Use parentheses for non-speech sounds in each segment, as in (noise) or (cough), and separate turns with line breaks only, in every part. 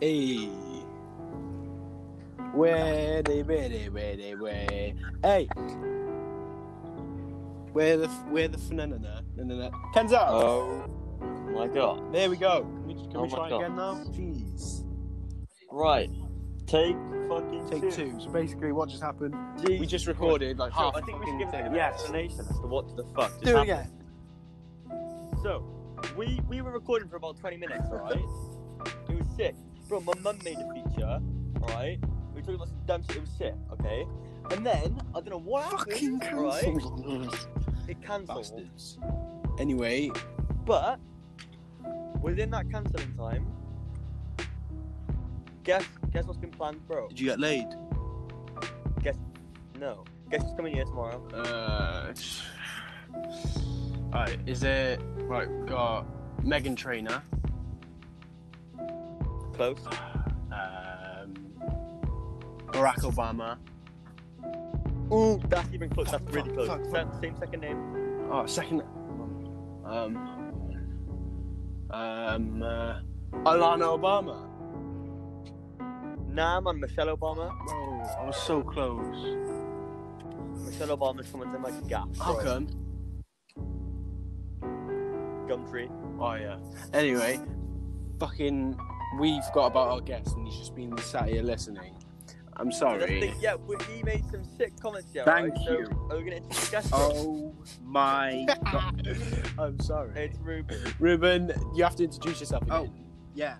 Hey. Where they where they where they where Hey Where the where the banana Kenzo
Oh my god.
There we go Can we, can
Oh
we
my
try
God.
again now? Jeez
Right. Take fucking
Take two So basically what just happened
Jeez.
We just recorded like half
I
a
think we should
fucking
give
thing
an
of it.
explanation as to what the fuck. Just
Do it
happened.
again
So, we we were recording for about 20 minutes, alright? it was sick. Bro, my mum made a feature, alright? We were talking about some dumb shit, it was sick, okay? And then, I don't know what
Fucking
happened, right?
cancelled (laughs)
It cancelled.
Bastards Anyway
But, within that cancelling time, guess guess what's been planned, bro?
Did you get laid?
No. Guess who's coming here tomorrow?
Uh, right, is there right? We've got Megan Trainer.
Close.
Um, Barack Obama.
Ooh, that's even close. That's
Fuck,
really close.
fuck,
Sa- Same second name.
Oh, second. Um, um, uh, Alana Obama.
Nam and Michelle Obama.
Oh, I was so close.
Michelle Obama's coming to my gas.
How
bro.
come?
Gumtree.
Oh yeah. Anyway, fucking, we've got about our guest, and he's just been sat here listening. I'm
That's the
sorry.
thing, yeah, we, he made some sick comments. Yeah,
Thank
right?
you.
So, are we gonna discuss it?
Oh
(laughs)
my god. I'm sorry. Oh.
It's Ruben.
Ruben, you have to introduce yourself again.
Oh, Yeah.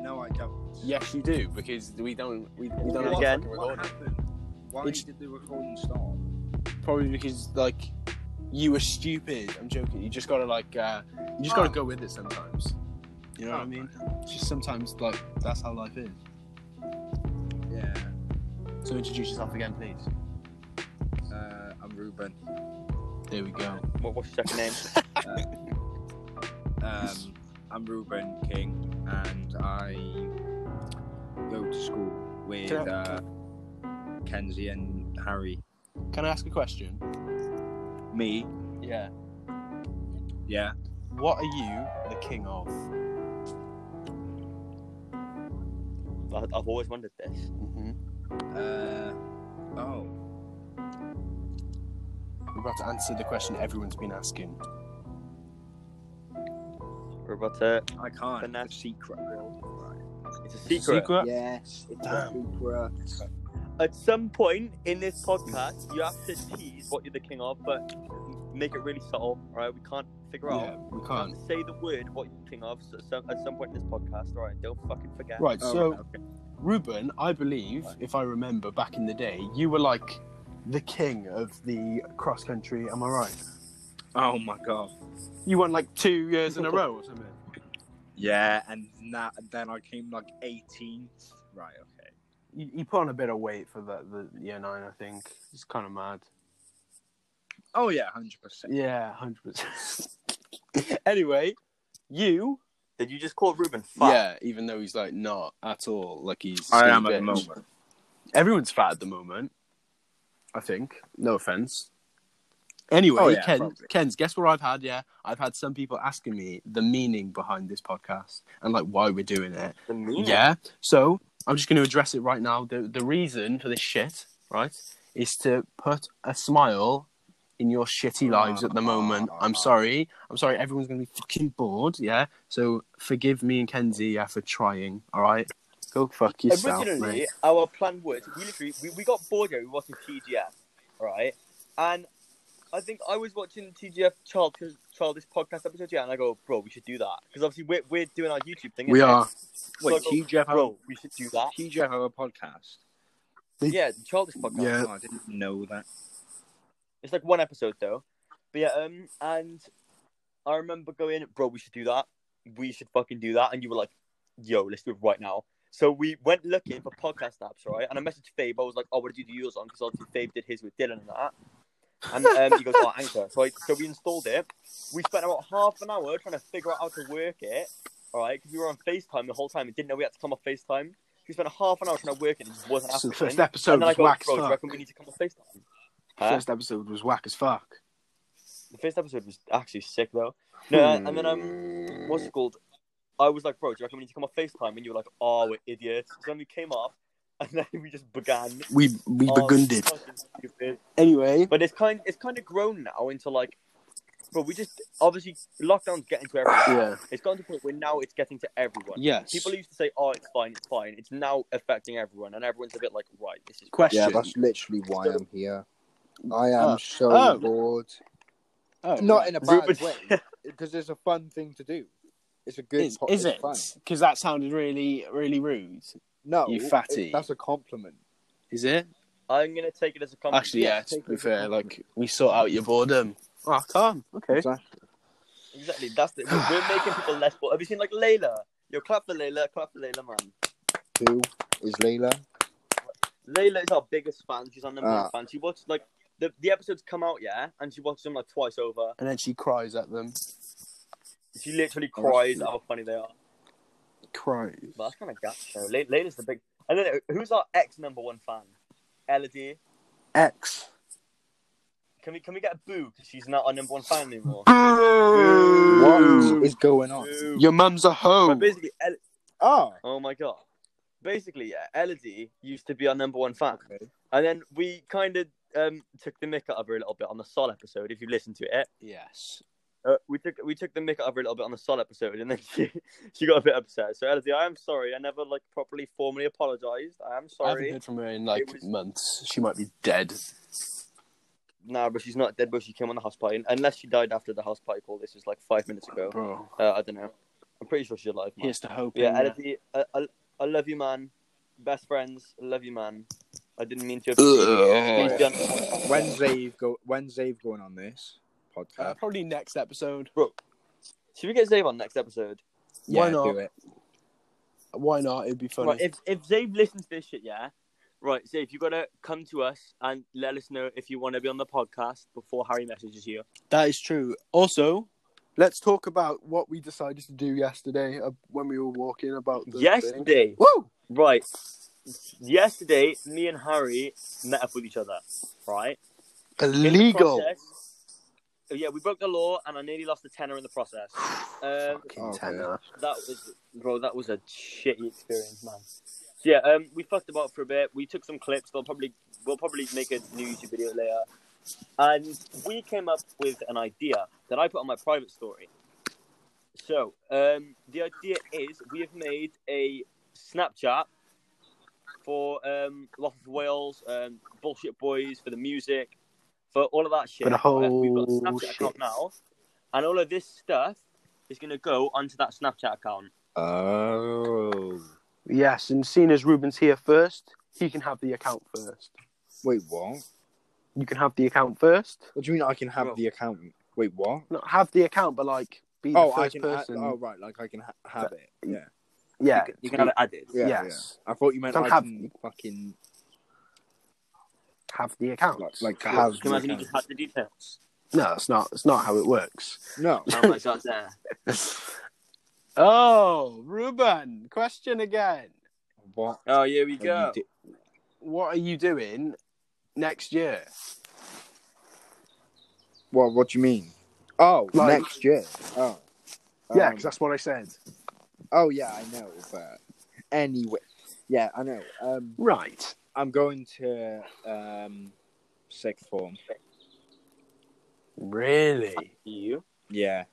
No, I don't.
Yes, you do, because we don't we, we don't
What-
have
Again?
to
What
record it.
happened? Why
It's-
did the recording stop?
Probably because like you were stupid. I'm joking. You just gotta like uh, you just gotta
Oh.
go with it sometimes. You know what I mean? It's just sometimes like that's how life is.
Yeah.
So introduce yourself again, please.
Uh, I'm Ruben.
There we go.
What, what's your second name?
(laughs)
Um, I'm Ruben King, and I go to school with
Can I-
uh, Kenzie and Harry.
Can I ask a question?
Me.
Yeah.
Yeah.
What are you the king of?
I, I've always wondered this.
Mm-hmm.
Uh, oh.
We're about to answer the question everyone's been asking.
We're about to.
I can't.
But that's-
It's a secret. Right.
It's a secret.
Yes. It's
Damn.
a secret.
At some point in this podcast, you have to tease what you're the king of, but make it really subtle. All right, we can't figure out.
Yeah, we
You have
can't.
to say the word what you're the king of so, so, at some point in this podcast. All right, don't fucking forget.
Right,
Oh,
so
okay.
Ruben, I believe, if I remember back in the day, you were like the king of the cross country, am I right?
Oh my god.
You won like two years in (laughs) a row or something.
Yeah, and that, then I came like 18th. Right, okay.
You, you put on a bit of weight for the, the year nine, I think. It's kind of mad.
Oh yeah, hundred percent.
Yeah, 100%. (laughs) anyway, you.
Did you just call Ruben? Fuck.
Yeah, even though he's like not at all. Like he's.
I am
he's
at
a
the
bitch.
moment.
Everyone's fat at the moment. I think. No offense. Anyway,
Oh, yeah,
Ken,
probably.
Ken's, guess what I've had? Yeah, I've had some people asking me the meaning behind this podcast and like why we're doing it.
The meaning.
Yeah. So I'm just going to address it right now. The the reason for this shit, right, is to put a smile in your shitty lives at the moment. I'm sorry. I'm sorry. Everyone's going to be fucking bored. Yeah. So forgive me and Kenzie yeah, for trying. All right. Go fuck yourself,
Originally,
mate.
our plan was we literally we, we got bored here. We watched TGF, right? And I think I was watching TGF Child Childish podcast episode, yeah, and I go, bro, we should do that because obviously we're, we're doing our YouTube thing.
We
innit?
are.
So I
Wait,
go,
TGF have,
bro, we should do that.
TGF have a podcast.
They-
Yeah, the Childish podcast.
Yeah.
Oh, I didn't know that.
It's like one episode though. But yeah, um, and I remember going, bro, we should do that. We should fucking do that. And you were like, yo, let's do it right now. So we went looking for podcast apps, right? And I messaged Fabe. I was like, oh, what did you do yours on? Because obviously Fabe did his with Dylan and that. And um, he goes, oh, Anchor. So, I, so we installed it. We spent about half an hour trying to figure out how to work it, all right? Because we were on FaceTime the whole time and didn't know we had to come off FaceTime. We spent a half an hour trying to work it and it just wasn't
So
happening.
the first
and
episode
then I
was
go,
whack as
bro, do you
fuck.
reckon we need to come off FaceTime? Huh?
First episode was whack as fuck.
The first episode was actually sick though. No, and then um, what's it called? I was like, bro, do you reckon we need to come off FaceTime? And you were like, oh, we're idiots. So then we came off, (laughs) and then we just began.
We we
Oh,
begunded.
fucking stupid.
Anyway,
But it's kind, it's kind of grown now into like, but we just obviously lockdown's getting to everyone.
yeah,
It's gotten to the point where now it's getting to everyone.
yes.
People used to say, "Oh, it's fine, it's fine." It's now affecting everyone, and everyone's a bit like, "Right, this is."
question.
Yeah, that's literally why I'm here. I am
Oh.
so
Oh.
bored.
oh,
(laughs) Not in a bad
Ruben-
way, because it's a fun thing to do. It's a good.
is,
po-
is
it's
it?
Fun.
Because that sounded really really rude.
No,
You fatty.
it- that's a compliment.
Is it?
I'm gonna take it as a compliment.
Actually, yeah. To
take
be
it as a
fair, like we sort out your boredom. Oh, calm. Okay.
Exactly.
exactly. That's it. We're we're making people less bored. Have you seen like Layla? Yo, clap for Layla. Clap for Layla, man.
Who is Layla?
Layla is our biggest fan. She's our number
Ah.
one fan. She watched like the the episodes come out, yeah, and she watches them like twice over.
And then she cries at them.
She literally cries at how funny they are.
Cries.
But that's kind of gap though. Lay- Layla's the big. And then uh, who's our ex number one fan? Elodie.
X.
Can we can we get a boo? 'Cause she's not our number one fan anymore.
What is going on?
Boo.
Your mum's a hoe.
But basically, El-
Oh,
Oh my god. Basically, yeah, Elodie used to be our number one fan. And then we kind of um, took the mick out of her a little bit on the Sol episode, if you listen to it.
Yes.
Uh, we took we took the mick out of her a little bit on the Sol episode, and then (laughs) she, she got a bit upset. So, Elodie, I am sorry. I never, like, properly formally apologized. I am
I haven't
sorry.
heard from her in like
It was-
months. She might be dead.
Nah, but she's not dead, but she came on the house party. Unless she died after the house party call. This was, like, five minutes ago.
Bro.
Uh, I don't know. I'm pretty sure she's alive. man.
Here's to hope.
Yeah,
innit?
Elodie, I, I, I love you, man. Best friends. I love you, man. I didn't mean to.
Ugh.
Please don't-
when's Zave go? When's Zave going on this
Uh,
podcast?
probably next episode.
Should we get Zave on next episode?
why
yeah,
not?
do it.
Why not? It'd be funny.
Right, if if Zave listens to this shit, yeah. Right, Zave, you gotta come to us and let us know if you want to be on the podcast before Harry messages you.
That is true. Also, let's talk about what we decided to do yesterday uh, when we were walking about the thing.
yesterday,
Woo!
right? Yesterday, me and Harry met up with each other. Right? In the
Illegal.
process- yeah, we broke the law, and I nearly lost a tenner in the process.
Oh,
Um,
Okay.
tenor.
That was, bro. That was a shitty experience, man. So yeah, um, we fucked about for a bit. We took some clips. We'll probably, we'll probably make a new YouTube video later. And we came up with an idea that I put on my private story. So, um, the idea is we have made a Snapchat for um, Love of Wales, um, Bullshit Boys, for the music, for all of that shit.
For the
right? We've got a
whole
Snapchat account
shit.
now, and all of this stuff is going to go onto that Snapchat account.
Oh,
Yes, and seeing as Ruben's here first, he can have the account first.
wait, what?
You can have the account first.
What do you mean I can have
Bro.
the account? Wait, what?
Not have the account, but like be the
Oh, I
first
can. Ha-
person.
oh, right. Like I can ha- have it. Yeah.
yeah.
You can have it added.
Yeah,
yes.
I thought you meant
Don't
I
have-
can fucking
Have the account.
like, like
Yeah.
have.
Can you imagine
the
you just had
(laughs)
the details?
No, it's not. It's not how it works. (laughs)
account. No.
Oh my god, there.
Oh, Ruben, question again.
What?
Oh, here we
are you
go.
do-
What are you doing next year?
What? What do you mean? Oh,
Like-
next year. Oh.
yeah,
Um,
'cause that's what I said.
oh yeah, I know. But anyway, yeah, I know. Um,
Right.
I'm going to um, sixth form.
Really?
You?
Yeah.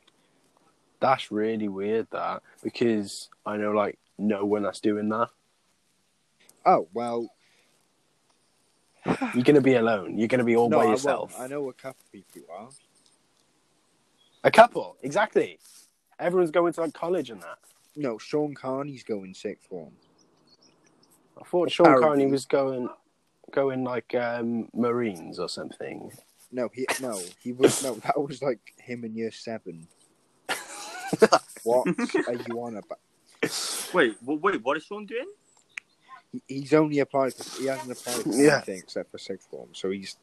That's really weird, that because I know like no one that's doing that.
Oh well.
You're gonna be alone. You're gonna be all
no,
by
I
yourself.
won't. I know a couple of people who are.
A couple, exactly. Everyone's going to like college and that.
No, Sean Carney's going sixth form.
I thought Sean
Apparently.
Carney was going, going like um, Marines or something.
No, he no, he was no. That was like him in
(laughs)
year seven. what are you on about?
Wait, well, wait, what is Sean doing?
He- He's only applied. For, he hasn't applied for
Yeah.
anything except for sixth form. So he's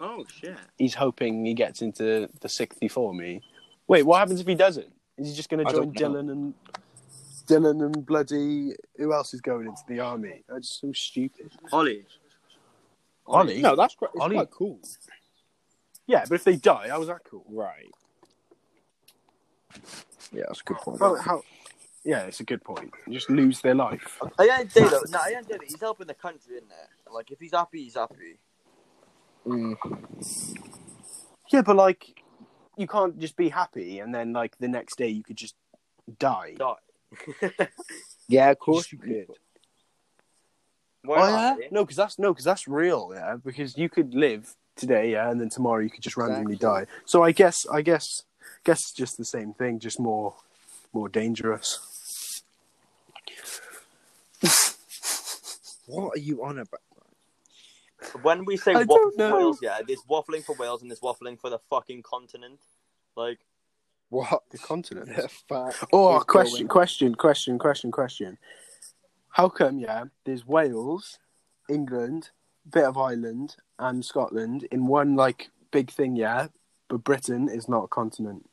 Oh, shit.
He's hoping he gets into the 64 me. Wait, what happens if he doesn't? Is he just going to
I
join
don't know.
Dylan and Dylan and bloody who else is going into the army? That's so stupid.
Ollie.
Ollie.
no. That's quite, it's
Ollie.
quite cool.
Yeah, but if they die, how was that cool?
Right. Yeah, that's a good point.
How, how Yeah, it's a good point. Just lose their life.
At the end of the day, though, nah, at the end of the day, he's helping the country, isn't it? Like, if he's happy, he's happy.
Mm.
Yeah, but like, you can't just be happy and then like the next day you could just die.
Die.
Yeah, of course you could.
Why
Oh
not,
yeah,
eh?
no, because that's no, because that's real. Yeah, because you could live today, yeah, and then tomorrow you could just randomly die.
Exactly.
So I guess, I guess, guess it's just the same thing, just more, more dangerous.
What are you on about?
When we say
I
waffle
don't
for
know.
Wales, yeah, there's waffling for Wales and there's waffling for the fucking continent. Like,
What
The continent.
the fuck?
Oh,
is
question,
going-
question, question, question, question. How come, yeah, there's Wales, England, bit of Ireland, and Scotland in one like big thing, yeah, but Britain is not a continent.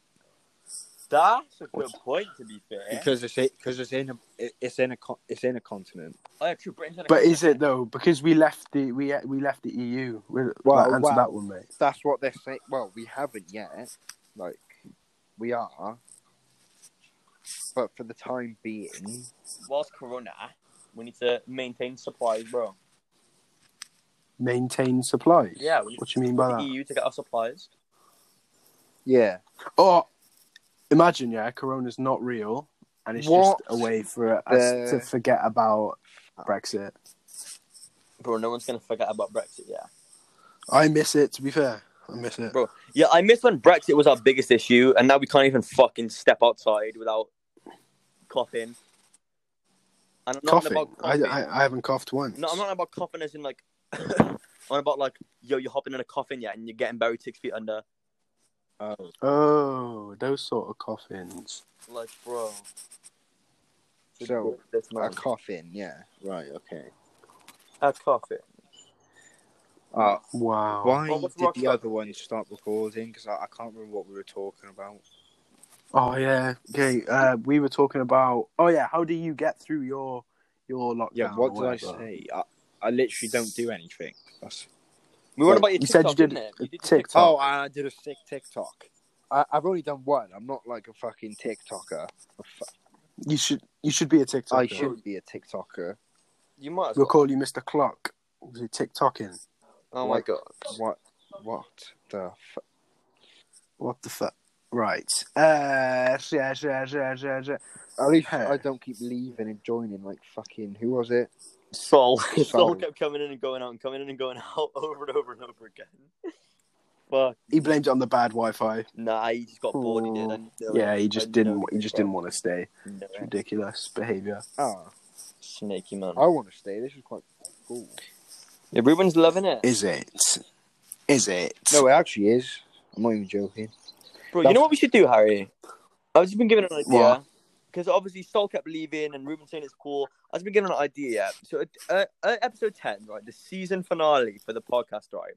that's a good point, to be fair.
Because it's because it's in a it- it's in a con- it's in a continent.
Oh, yeah, true, Britain's on a
But is it
continent.
though? Because we left the we we left the EU. We'll,
Well,
well, answer
well.
that one, mate.
That's what they're saying. Well, we haven't yet. Like we are, but for the time being,
Whilst Corona, we need to maintain supplies, bro.
Maintain supplies.
Yeah, we need
What do you mean by
the
that?
EU to get our supplies.
yeah.
Or Oh, imagine, yeah, Corona's not real, and it's
What
just a way for us
the-
to forget about Brexit.
Bro, no one's going to forget about Brexit, yeah.
I miss it. To be fair, I miss it.
Bro, Yeah, I miss when Brexit was our biggest issue, and now we can't even fucking step outside without coughing. And I'm not
coughing.
about
I,
coughing.
I, I haven't coughed once.
No, I'm not about coughing as in like. (coughs) I'm about like, yo, you're hopping in a coffin yet, and you're getting buried six feet under.
Oh,
Oh, those sort of coughings.
Like, bro.
So,
this
a
man,
coffin. Yeah. Right. Okay.
a coffin.
Uh,
Wow.
why
Well, what's
did
rock
the
climbing?
other one stop recording? Because I, I can't remember what we were talking about.
Oh yeah. Okay. Uh, we were talking about. Oh yeah. How do you get through your your lockdown?
Yeah, what did
or
I
whatever?
say? I, I literally don't do anything. That's...
We were on about your
You said you
TikTok,
did
didn't it?
a
You did your
TikTok.
Oh, and I did a sick TikTok. I, I've only done one. I'm not like a fucking TikToker. A fu-
You should you should be a TikToker.
I should be a TikToker.
You might as
We'll
well.
call you Mr. Clock. Was it TikToking?
Oh my god.
What? What the? Fu-
What the fuck? Right. Uh, yeah, yeah, yeah, yeah, yeah.
At least
Hey.
I don't keep leaving and joining. Like fucking, who was it?
(laughs) Sol. Sol
Sol.
kept coming in and going out and coming in and going (laughs) out over and over and over again. Fuck.
He blamed it on the bad Wi-Fi.
Nah, he just got bored. He did. I know
Yeah,
it.
he
I
just
know
didn't.
it,
He just
bro.
didn't want to stay.
No,
It's ridiculous behavior.
Ah,
snaky man.
I want to stay. This is quite cool.
Yeah, Ruben's loving it.
Is it? Is it?
No, it actually is. I'm not even joking.
Bro, you
that's-
know what we should do, Harry? I've just been given an idea
What?
because obviously Sol kept leaving and Ruben saying it's cool. I've just been given an idea. Yeah. So, uh, uh, episode ten, right, the season finale for the podcast, right?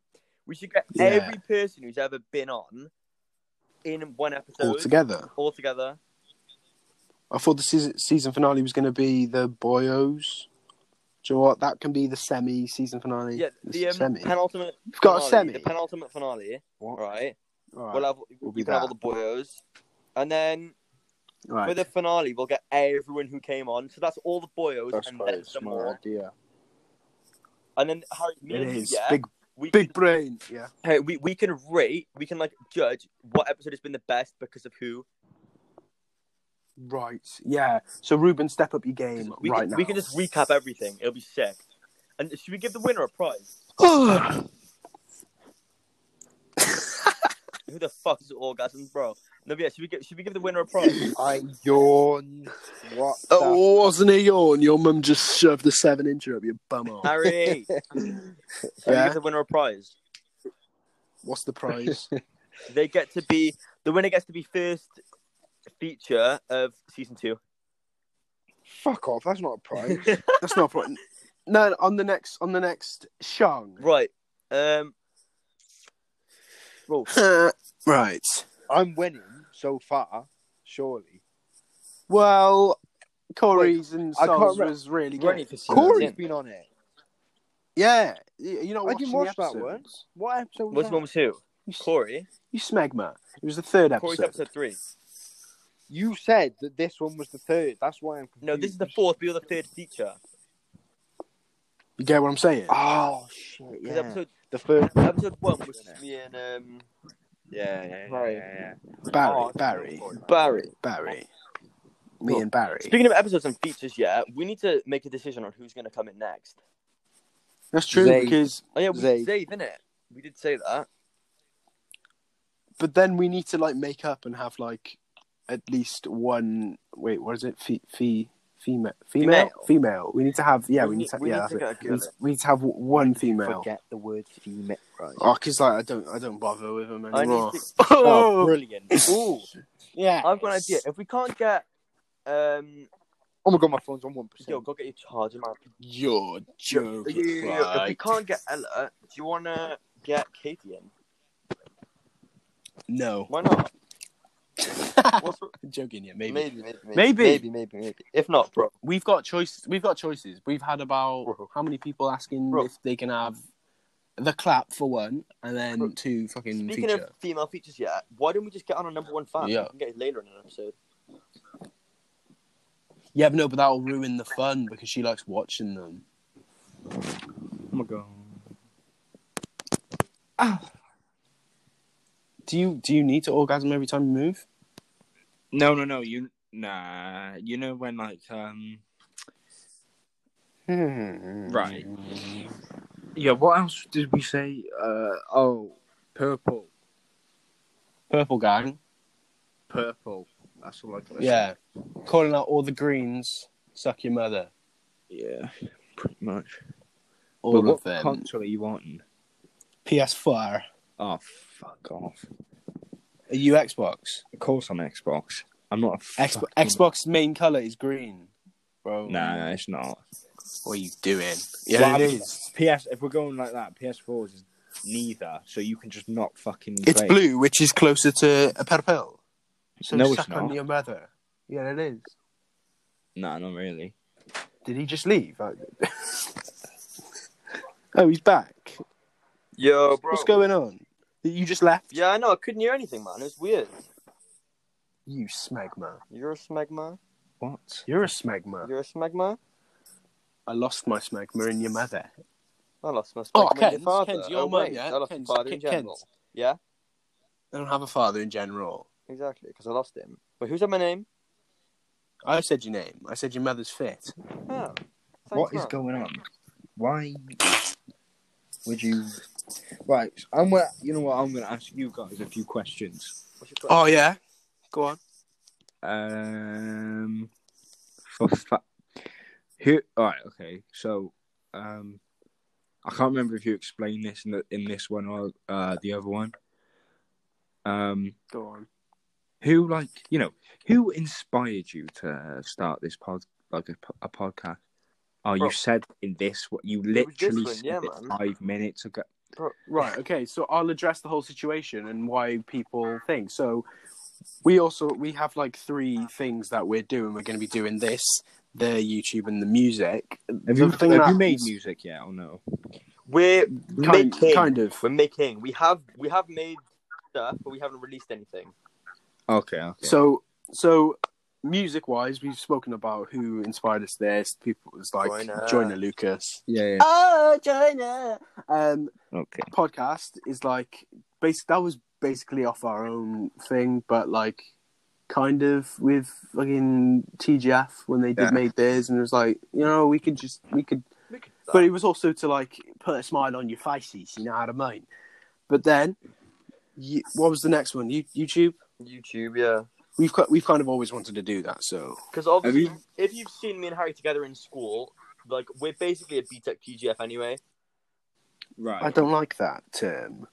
We should get
Yeah.
every person who's ever been on in one episode
all together.
all together.
I thought the season, season finale was going to be the boyos. Do you know what? That can be the semi season finale.
Yeah, the um,
semi.
penultimate.
We've got a
finale,
semi.
The penultimate finale,
What?
right?
All
We'll uh,
right.
have
Will be
you can have all
that.
the boyos, and then
All right.
for the finale, we'll get everyone who came on. So that's all the boyos
That's
and
quite
then
a
some
smart
more.
idea.
And then Harry, me
It
and you,
is
yeah,
big,
we
big brain. Yeah.
Hey, we, we can rate, we can like judge what episode has been the best because of who.
Right. Yeah. So Ruben, step up your
'Cause
game
We
right
can,
now.
we
(sighs)
can just recap everything. It'll be sick. And should we give the winner a prize? Who the fuck is orgasms, bro? No, but yeah, should we give should we give the winner
(laughs)
a prize?
I yawned. What? the
Oh, wasn't it yawn? Your mum just shoved the seven inch up your bum off.
Harry,
(laughs)
should we
Yeah.
give the winner a prize?
What's the prize?
They get to be the winner gets to be first feature of season two.
Fuck off. That's
(laughs)
not a prize.
That's not important. No, on the next, on the next shong.
right. Um. Bro, (laughs)
right.
I'm winning so far, surely.
Well, Corey's and
I can't
Sol's
re-
was really
Ready
good.
for season
Corey's
two.
been on it.
Yeah, you you know,
I didn't watch that one. What episode was
What's
that?
one with who?
You, s-
Corey.
you smegma. It was the third episode.
Corey's episode three.
You said that this one was the third. That's why I'm confused.
No, this is the fourth, but you're the third teacher.
You get what I'm saying?
Ah,
Oh shit!
'Cause
Yeah,
episode,
the first.
episode one was just me and um,
Yeah, yeah,
Right.
yeah,
ah,
Barry, Barry,
Barry.
Barry. Me and Barry.
Speaking of episodes and features, yeah, we need to make a decision on who's going to come in next.
That's true
Zay.
because,
Oh, yeah, we
Zayd.
did save, innit? We did say that.
but then we need to like make up and have like at least one. Wait, what is it? Fee, fee, female, female,
Female.
female. We need to have. Yeah, we, need to.
we
yeah,
need
that's
to
it.
get a
We
girl
need- we need to have one female.
Forget the word female. Right.
Oh, cause like I don't, I don't bother with them
I need
anymore.
to-
Oh,
(laughs)
brilliant. Ooh.
yeah.
I've got an idea. If we can't get, um,
Oh my god, my phone's on one
yo,
percent.
oh
go get your charger, man.
You're joking.
Yeah, yeah, yeah, yeah. If we
right?
can't get Ella, do you want to get Katie in?
No,
Why
(laughs)
not? What's-
joking. Yeah, maybe.
maybe, maybe, maybe,
Maybe.
maybe, maybe, maybe. If not, bro,
We've got choices. We've got choices. We've had about
Bro.
how many people asking
Bro.
if they can have the clap for one, and then
Bro.
two fucking
Speaking
feature.
of female features, yeah, why don't we just get on our number one fan?
Yeah.
We can get it later in an episode.
Yeah, but no, but that'll ruin the fun because she likes watching them.
Oh my god.
Do you do you need to orgasm every time you move?
No, no, no. You nah. You know when like um.
right.
Yeah. What else did we say? Uh oh, purple,
Purple gang.
purple. That's all I got.
Yeah. Calling out all the greens. Suck your mother.
Yeah. Pretty much.
All
but what
of them.
console are you wanting?
PS4.
Oh fuck off.
Are you Xbox?
Of course I'm Xbox. I'm not a
Xbox,
fucking-
Xbox main color is green, bro.
Nah, it's not.
What are you doing?
Well, I'm- PS. If we're going like that, PS4 is neither. So you can just not fucking.
It's
play.
blue, which is closer to a purple. So
No, it's
suck on
not.
your mother. Yeah, it is.
Nah, not really.
Did he just leave?
(laughs)
I- oh, he's back.
Yo,
What's going on? You just left.
Oh, Yeah, I know. I couldn't hear anything, man. It was weird.
You smegma.
You're a smegma.
What?
You're a smegma.
You're a smegma.
I lost my smegma in your mother.
I lost my smegma.
Oh,
in
Ken,
your father.
Ken's your
oh,
mum,
wait,
yeah?
I lost
Ken's-
my father
Ken-
in general.
Ken's.
Yeah,
I don't have a father in general.
exactly. Because I lost him. Wait, who said my name?
I said your name. I said your mother's fit.
Oh, thanks,
What is
man.
going on? Why would you? Right, I'm gonna. You know what? I'm gonna ask you guys a few questions.
What's your question?
Oh yeah. Go on.
Um, for fa- who? All right, okay. So, um, I can't remember if you explained this in the, in this one or uh the other one. Um,
Go on.
who like you know who inspired you to start this pod like a, po- a podcast? Oh,
Bro.
you said in this what you
It was this
literally
one,
said
yeah,
it
man.
five minutes ago.
Right. Okay. So I'll address the whole situation and why people think. So we also we have like three things that we're doing. We're going to be doing this, the YouTube, and the music.
Have
The
you,
thing
have you
that-
made music yet or no?
We're
Kind,
making.
kind of.
We're making. We have. We have made stuff, but we haven't released anything.
Okay, okay.
So so music wise, we've spoken about who inspired us. There, people it was like
Joyner.
Joyner Lucas.
yeah,
Oh, Joyner. Um,
yeah. Okay.
podcast is like basic that was basically off our own thing, but like kind of with fucking TGF when they did
Yeah.
made theirs and it was like, you know, we could just we could
We could
but it was also to like put a smile on your faces, you know how to mind. But then you, what was the next one? You, YouTube?
YouTube, yeah.
We've ki- we've kind of always wanted to do that, so
Because obviously,
you-
if you've seen me and Harry together in school, like we're basically a BTEC TGF anyway.
Right.
I don't like that term.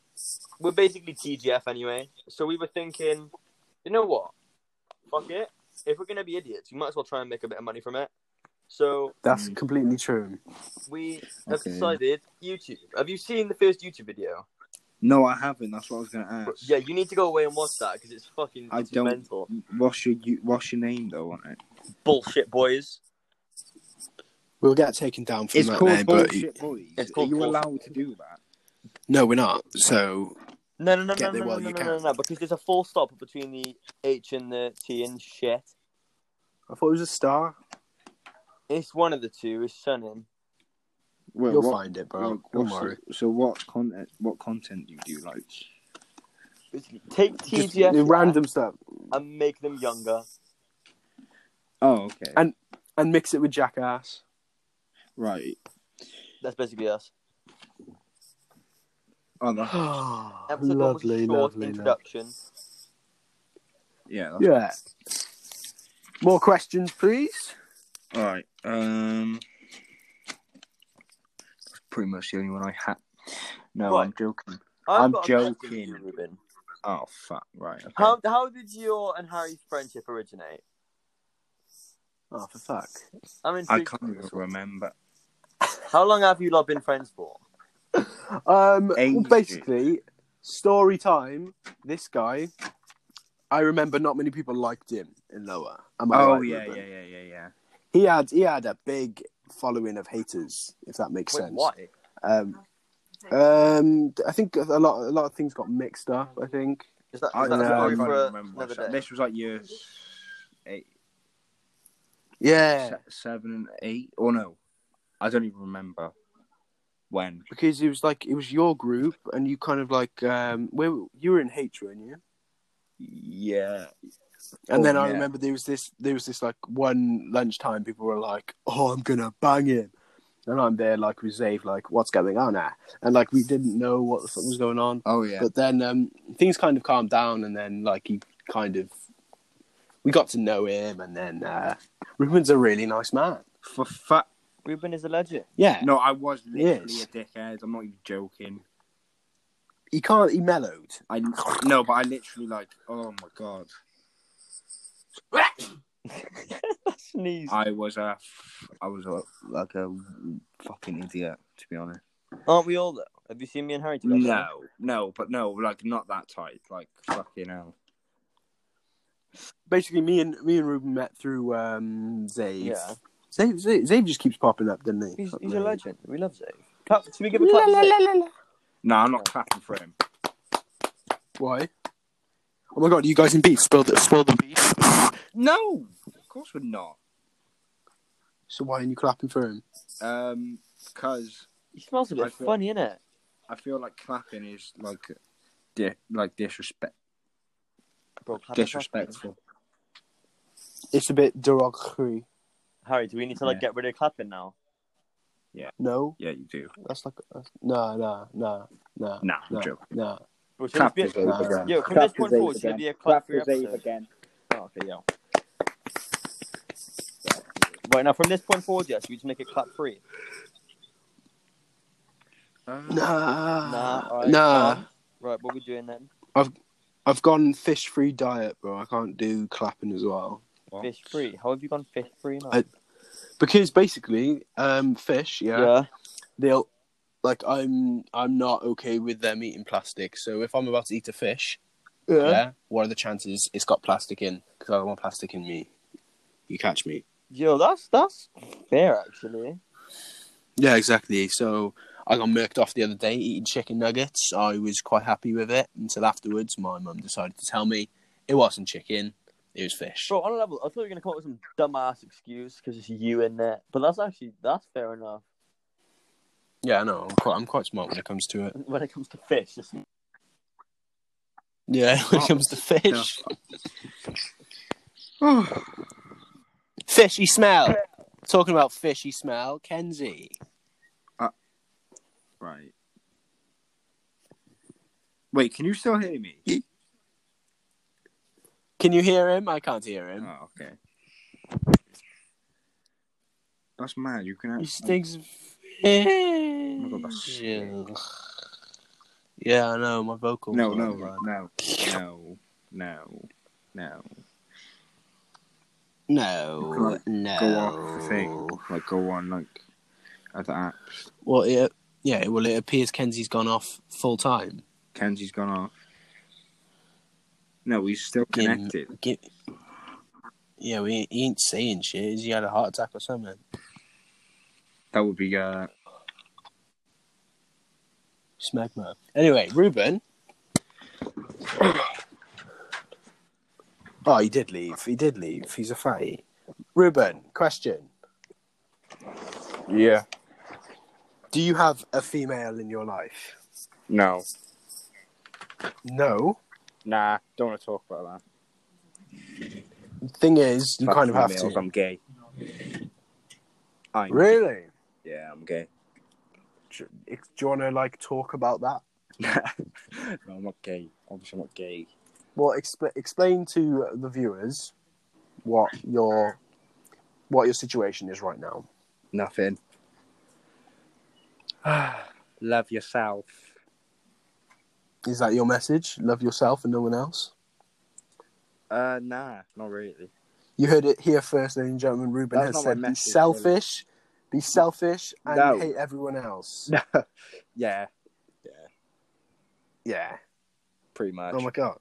We're basically TGF anyway. So we were thinking, you know what? Fuck it. If we're gonna be idiots, we might as well try and make a bit of money from it. So
That's
Mm.
completely true.
we have
Okay.
decided YouTube. Have you seen the first YouTube video?
No, I haven't. That's what I was going to ask.
Bro, Yeah, you need to go away and watch that because it's fucking
I
it's
don't-
mental
What's your you, What's your name though on it?
bullshit, boys.
We'll get taken down from that, mate, but
Boys.
It's called
Are you
Bullshit.
allowed to do that?
no, we're not. So
No, no, no,
Get there
no, no, no,
while
no,
you
no,
can.
no, no, because there's a full stop between the H and the T and shit.
I thought it was a star.
It's one of the two. It's Shannon.
Well,
You'll
what-
find it, bro.
like,
Don't
what's the-
worry.
so what content? What content do you do? Like,
It's, take
Just
TGF
the
out
random stuff
and make them younger.
oh, okay,
And- and mix it with Jackass.
right.
That's basically us.
Oh, that,
Episode one was a short introduction.
yeah. That's,
Yeah. More questions, please.
All right. Um, that's pretty much the only one I had. No, I'm
Right.
joking.
I've
I'm
got a question for you,
joking.
Ruben.
Oh fuck! Right. Okay.
How how did your and Harry's friendship originate?
Oh, for fuck.
I'm
I
intrigued.
can't even remember.
How long have you lot been friends for?
Um, well,
Ages.
basically, story time. This guy, I remember not many people liked him in Lower. Am I
Oh
right,
yeah,
Ruben?
yeah, yeah, yeah, yeah.
He had he had a big following of haters, if that makes
Wait,
sense.
why?
Um, um, I think a lot a lot of things got mixed up. I think
Is that, is
I,
that a
no,
story
I can't
for
remember.
another
So
day?
This was like year eight,
yeah,
se- seven and eight, or no? I don't even remember when.
because it was like it was your group, and you kind of like um, where you were in H, weren't you?
Yeah.
And
Oh,
then I
yeah.
remember there was this there was this like one lunchtime people were like, Oh, I'm gonna bang him and I'm there like with Zave, like, what's going on there? And like we didn't know what the fuck was going on.
Oh yeah.
But then um things kind of calmed down and then like he kind of we got to know him and then uh Ruben's a really nice man.
For fuck.
Ruben is a legend. (laughs)
Yeah.
No, I was literally
Yes.
a dickhead. I'm not even joking.
He can't he mellowed.
I no, but I literally like. Oh my god.
Sneeze.
I was a. I was a, like a fucking idiot to be honest.
Aren't we all though? Have you seen me and Harry together?
No, no, but no, like not that type. Like fucking hell.
Basically me and me and Ruben met through um Zave.
Yeah.
Zave, Zave, Zave just keeps popping up, doesn't he?
He's, he's a legend. We love Zay. Clap, should we give a clap? to Zay?
No, I'm not clapping for him.
Why? Oh my god, are you guys in beef? Spill the, spill the beef.
No, of course we're not.
So why aren't you clapping for him?
Um, because
He smells a
I
bit
feel-
funny, innit?
I feel like clapping is like, di- like disrespect,
Bro, clap, clap, clap.
disrespectful.
It's a bit derogatory.
Harry, do we need to like
Yeah.
get rid of clapping now?
No,
Yeah, you do.
that's like uh, that's, no, no, no, no,
Nah, I'm
no,
joking.
no.
Bro, should
Clap
this
is
be a...
Zay.
over
Nah.
again.
Yo, from
Clap
this point
is over
forward, should it
again.
be a clap
Clap
free
is over
episode?
again.
Oh, okay, yo. Right now, from this point forward, yes, we just make it clap free.
(sighs)
Nah,
Nah,
nah.
alright, um, Right, what we doing then?
I've gone fish free diet, bro. I can't do clapping as well
What?
Fish free. How have you gone fish free now?
I- because basically, um, fish, yeah, they'll like I'm I'm not okay with them eating plastic. So if I'm about to eat a fish, yeah, what are the chances it's got plastic in? Because I don't want plastic in me. You catch me?
Yo, that's that's fair actually.
Yeah, exactly. So I got murked off the other day eating chicken nuggets. I was quite happy with it until afterwards my mum decided to tell me it wasn't chicken, it was fish.
Bro, on a level, I thought you were gonna come up with some dumbass excuse because it's you in there, but that's actually that's fair enough (laughs)
Yeah, I know. I'm quite, I'm quite smart when it comes to it.
when it comes to fish. Just...
Yeah, (laughs) when it
Oh.
comes to fish. (sighs) fishy smell. Talking about fishy smell, Kenzie.
Right. Wait, can you still hear me?
Can you hear him? I can't hear him.
Oh, okay. That's mad. You can
He
actually.
stinks of
my God, that's
fish. Yeah, I know. My vocals.
Oh
No,
are
no,
like-
no, no, no, no.
No, no.
Go on, the thing. Like, go on, like, other apps.
Well, it, yeah. Well, it appears Kenzie's gone off full time.
Kenzie's gone off. No, he's still connected.
Gi- yeah, we ain't, he ain't saying shit. Has He had a heart attack or something.
That would be, uh,
Smegma. Anyway, Ruben, (coughs) Oh, he did leave. He did leave. He's a fatty. Ruben, question.
Yeah.
Do you have a female in your life?
No.
No.
Nah. Don't want to talk about
Thing is,
that.
you
Fuck
kind of have
females,
to.
I'm gay. I'm
Really?
Yeah, I'm gay. (laughs)
Do you want to like talk about that?
no, I'm not gay. Obviously, I'm not gay.
Well, expl- explain to the viewers what your what your situation is right now.
Nothing. (sighs) Love yourself.
Is that your message? Love yourself and no one else.
Uh, nah,
(laughs)
not really.
You heard it here first, ladies and gentlemen. Ruben
That's
has
not
said,
my
"Be
message,
selfish, be selfish, and
No.
hate everyone else."
yeah,
Yeah.
pretty much.
Oh my god.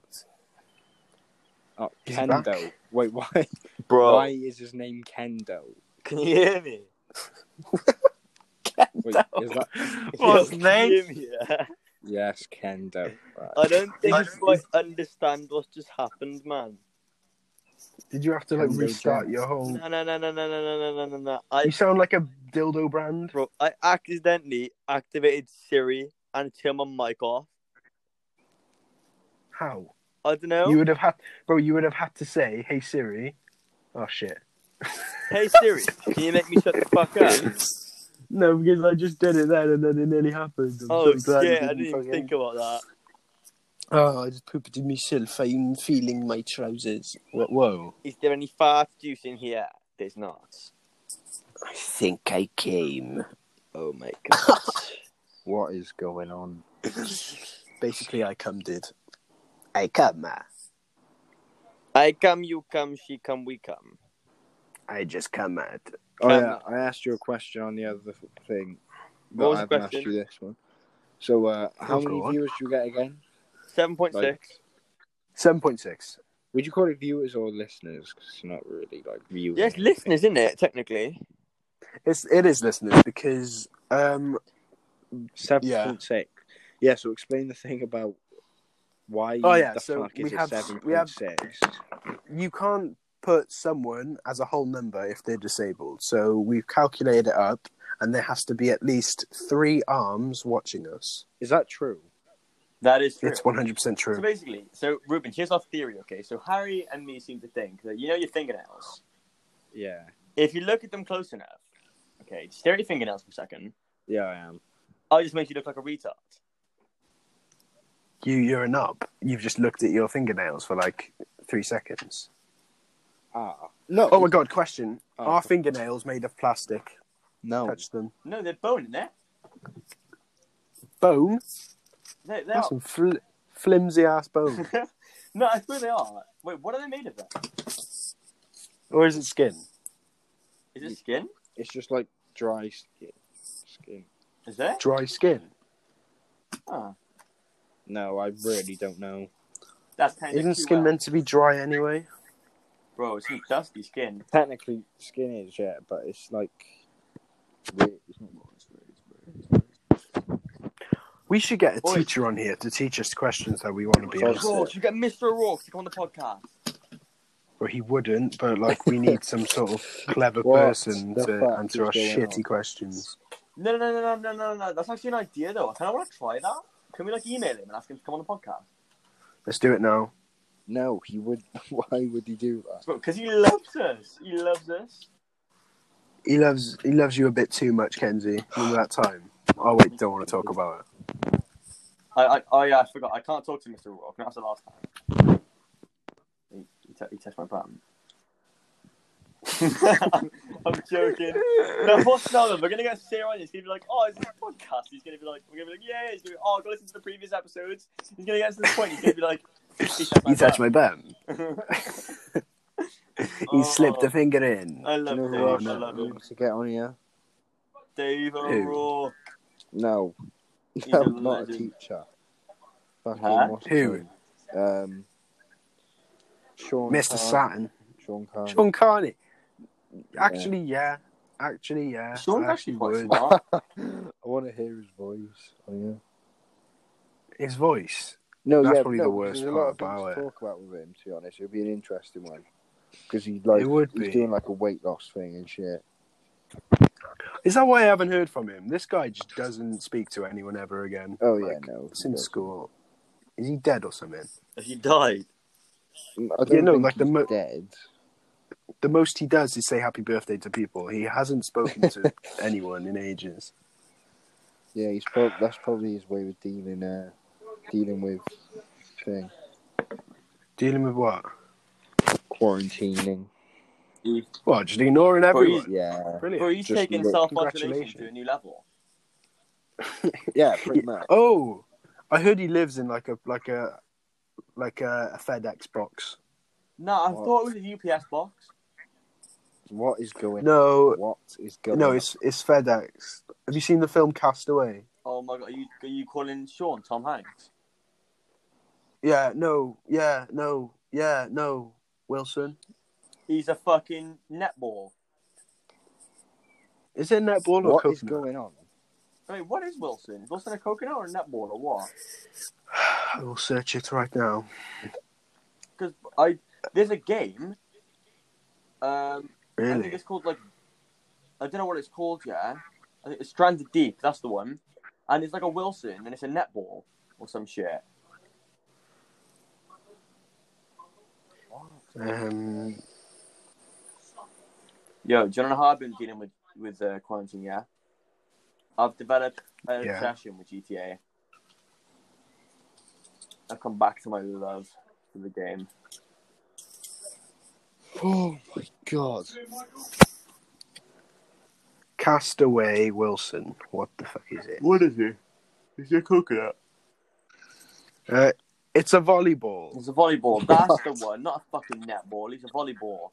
Oh,
Is he back?
Kendo. Wait, why?
Bro,
Why is his name Kendo?
can you hear me?
Wait, is that?
(laughs) (laughs)
(laughs)
What's
Yo,
his
can you
name?
hear me? (laughs) Yeah.
Yes, Kendo. Right.
I don't think
I-
you quite understand what's just happened, man.
Did you have to like
Kendo
restart
Jones.
your whole?
No, no, no, no, no, no, no, no, no, no, no. I
Mm. You sound like a dildo brand.
Bro, I accidentally activated Siri and turned my mic off.
How?
I don't know.
You would have had, bro. You would have had to say, "Hey Siri." Oh shit.
Hey Siri, can you make me shut the fuck
(laughs)
up?
No, because I just did it then, and then it nearly happened. I'm
Oh
so glad you
shit, I didn't even
fucking-
think about that.
Oh, I just pooped in myself. I'm feeling my trousers. Whoa, whoa.
Is there any fart juice in here? There's not.
I think I came.
Oh
(laughs)
my god.
What is going on?
Basically, I come did. I come.
I come, you come, she come, we come.
I just come at.
Oh
Can-
yeah, I asked you a question on the other thing.
What
but
was
I
the
haven't asked
question?
you this one. So, uh, how
Oh,
many
go on.
viewers do you get again?
7.6.
Like,
Seven point six.
Would you call it viewers or listeners? 'Cause it's not really like viewers.
yes, listeners, isn't it, technically?
It's it is listeners because um
Seven point six. Yeah. So explain the thing about why.
Oh, yeah,
The
so
fuck
we
is
have-
it seven
we have-
point six?
you can't put someone as a whole number if they're disabled. So we've calculated it up, and there has to be at least three arms watching us.
Is that true?
That is
It's one hundred percent
So
true.
basically, so Ruben, here's our theory, okay? So Harry and me seem to think that you know your fingernails.
Yeah.
If you look at them close enough, okay, just stare at your fingernails for a second.
Yeah, I am.
I just make you look like a retard.
You you're a knob. You've just looked at your fingernails for like three seconds.
Ah. No.
Oh my god! Question:
Oh.
Are fingernails made of plastic?
no.
Touch them.
No, they're bone in there.
Bone?
They, they
That's
are.
some fl- flimsy ass bone.
no, I swear they are. Wait, what are they made of? Then?
or is it skin?
Is
Mm.
it skin?
It's just like dry skin. Skin.
Is there?
Dry skin.
Ah,
No, I really don't know.
that's kind
Isn't
of
skin meant to be dry anyway?
Bro, it's some dusty skin.
Technically, skin is yeah, but it's like. weird. It's not what it's really, it's really-
We should get a
Oi.
teacher on here to teach us questions that we want to be
Oi.
asked.
Bro, should we get Mr. O'Rourke to come on the podcast?
Well, he wouldn't, but like we need some sort of clever
What
person
the
to
fuck
answer
is
our
going
shitty
on?
questions.
No, no, no, no, no, no, no, no. That's actually an idea, though. I kind of want to try that. Can we like email him and ask him to come on the podcast?
Let's do it now.
No, he would. (laughs) Why would he do that?
Bro, because he loves us. He loves us.
He loves he loves you a bit too much, Kenzie. Remember that time? Oh wait, don't want to talk about it.
I, I, oh yeah, I forgot. I can't talk to Mr. O'Rourke. No, That's the last time. He, he, t- he touched my button. I'm, (laughs) I'm joking. No, what's now then? We're gonna get Sarah on. He's gonna be like, "Oh, is this a podcast?" He's gonna be like, "We're gonna be like, yeah." He's gonna be, "Oh, go listen to the previous episodes." He's gonna get us to this point. He's gonna be like, (laughs) "He touched my
You touched
butt."
my bum. He
Oh,
slipped a finger in.
(laughs) I
Do
love
you know
Dave.
who else
I
no.
love him.
needs to get on here?
Dave O'Rourke.
No, (laughs)
He's
no,
a
not a
legend.
teacher. Fucking
Huh?
what's his
Who?
name? Um, Sean.
Mr.
Khan.
Saturn.
Sean Khan. (laughs)
Sean Carney. Actually, yeah. Actually, yeah.
Sean's
I
actually quite
would.
smart.
I want to hear his voice. Oh yeah.
His voice.
No,
That's
yeah,
probably
no,
the
because
worst
There's a lot
part about
of things to
it.
talk about with him. To be honest, it'd be an interesting one because he's like
It would
he's
be.
doing like a weight loss thing and shit.
Is that why I haven't heard from him? This guy just doesn't speak to anyone ever again.
Oh
Like,
yeah, no, he
Since
does.
school. Is he dead or something?
He died.
I don't
Yeah, no,
think
like the
he's
mo-
dead.
The most he does is say happy birthday to people. He hasn't spoken to anyone in ages.
Yeah, he's prob- that's probably his way of dealing uh, dealing with thing
Dealing with what?
quarantining.
What? Just ignoring everyone.
Yeah,
Bro,
Brilliant.
he's
Just
taking
look-
self-isolation to
congratulations.
a new level.
(laughs)
yeah, pretty much.
Oh, I heard he lives in like a like a like a, a FedEx box.
Nah, I
What?
thought it was a UPS box.
What is going?
No,
What is going?
no,
on?
it's it's FedEx. Have you seen the film Castaway?
Oh my god, are you, are you calling Sean Tom Hanks?
Yeah, no, yeah, no, yeah, no. Wilson,
He's a fucking netball.
is it netball or
what is
coconut?
going on?
I mean, what is Wilson? Is Wilson a coconut or a netball or what?
I will search it right now.
Because I there's a game. Um, I think
Really?
it's called like I don't know what it's called yet. I think it's Stranded Deep. That's the one. And it's like a Wilson, and it's a netball or some shit.
Um,
Yo, John and I have been dealing with with uh, quarantine. Yeah, I've developed an
Yeah.
obsession with GTA. I've come back to my love for the game.
Oh my god!
Castaway Wilson. What the fuck is it?
What is it? Is it a coconut?
Uh, it's a volleyball.
It's a volleyball. That's the one, not a fucking netball. It's a volleyball.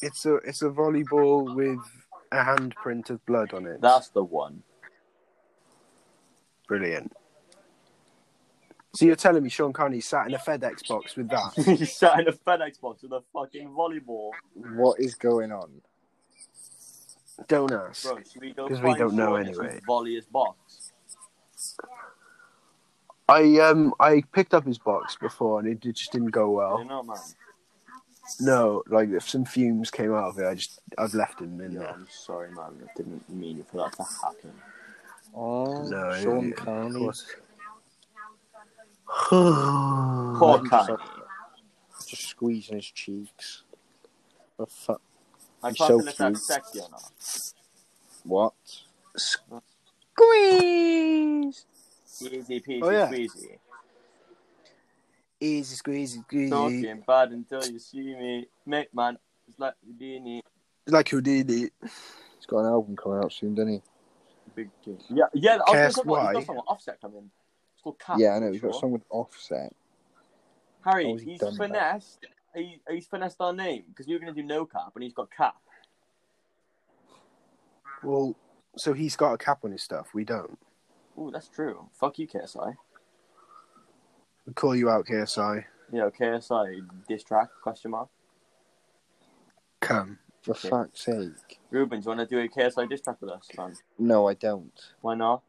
It's a it's a volleyball with a handprint of blood on it.
That's the one. (laughs)
Brilliant. So you're telling me Sean Connery sat in a FedEx box with that?
(laughs)
he sat in a FedEx box with a fucking volleyball.
What is going on?
Don't ask.
Bro, should we go
'Cause we
find
don't know
Sean and
anyway.
Volley his box.
I um I picked up his box before and it did- just didn't go
You
well.
know, man.
No, like if some fumes came out of it, I just I've left him in (sighs)
Yo,
there.
I'm sorry, man. I didn't mean for that to happen.
Oh,
No,
Sean
it-
Connery.
Poor
Poor
Connie.
just squeezing his cheeks. The fuck?
I
He's
can't
so
tell if that's
cute.
sexy or not.
What?
Squeeze.
Easy peasy
Oh, yeah.
squeezy.
Easy squeezy squeezy.
Talking bad until you see me. Mate, man, it's like Houdini.
It's Like Houdini.
He's got an album coming out soon, doesn't he?
Big kid. Yeah, yeah. I was
Cast
gonna talk about,
Y.
he's got someone offset coming. It's called Cat.
yeah, I know. He's got
sure.
someone offset.
Harry,
Oh, he's
he's
done that.
finessed. He, he's finessed our name because we were going to do no cap, and he's got cap.
Well, so he's got a cap on his stuff. We don't.
Ooh, that's true. Fuck you, KSI.
We call you out, KSI.
You know, KSI diss track question mark.
Come.
For
Okay.
fuck's sake.
Ruben, do you want to do a KSI diss track with us, man?
No, I don't.
Why not?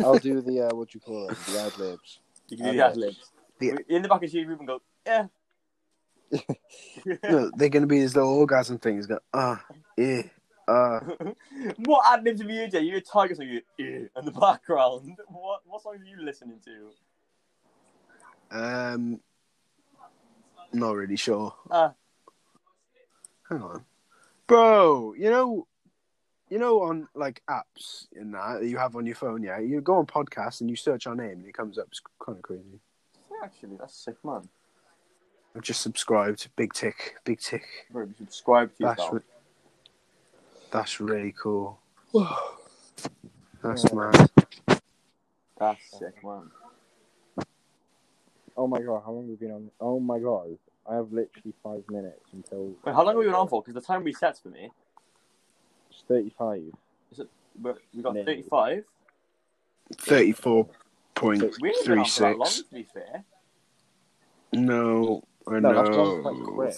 I'll do the, uh, what do you call it? The ad libs.
You can do the ad
Ad-libs.
libs.
The-
In the back of you, Ruben go, yeah. (laughs)
(laughs)
No, they're gonna be his little orgasm things. Go ah, yeah, ah.
(laughs) what ad libs have you done? You're a tiger, so you in the background. What what song are you listening to?
Um, not really sure.
Ah.
Hang on, bro. You know, you know, on like apps and that, that you have on your phone. Yeah, you go on podcasts and you search our name and it comes up. It's kind of crazy.
Yeah, actually, that's sick, man.
I've just subscribed. Big tick, big tick.
Bro, you subscribe to
That's
yourself.
re- that's really cool. That's
Yeah.
mad.
That's sick, man.
Oh my god, how long have we been on? Oh my god. I have literally five minutes until.
Wait, how long have we been on for? Because the time resets for me.
It's 35.
But we got
Maybe.
35.
Thirty-four
So,
point
We haven't been
three
on for that long,
six.
to be fair.
No, I
No,
know.
that's gone quite quick.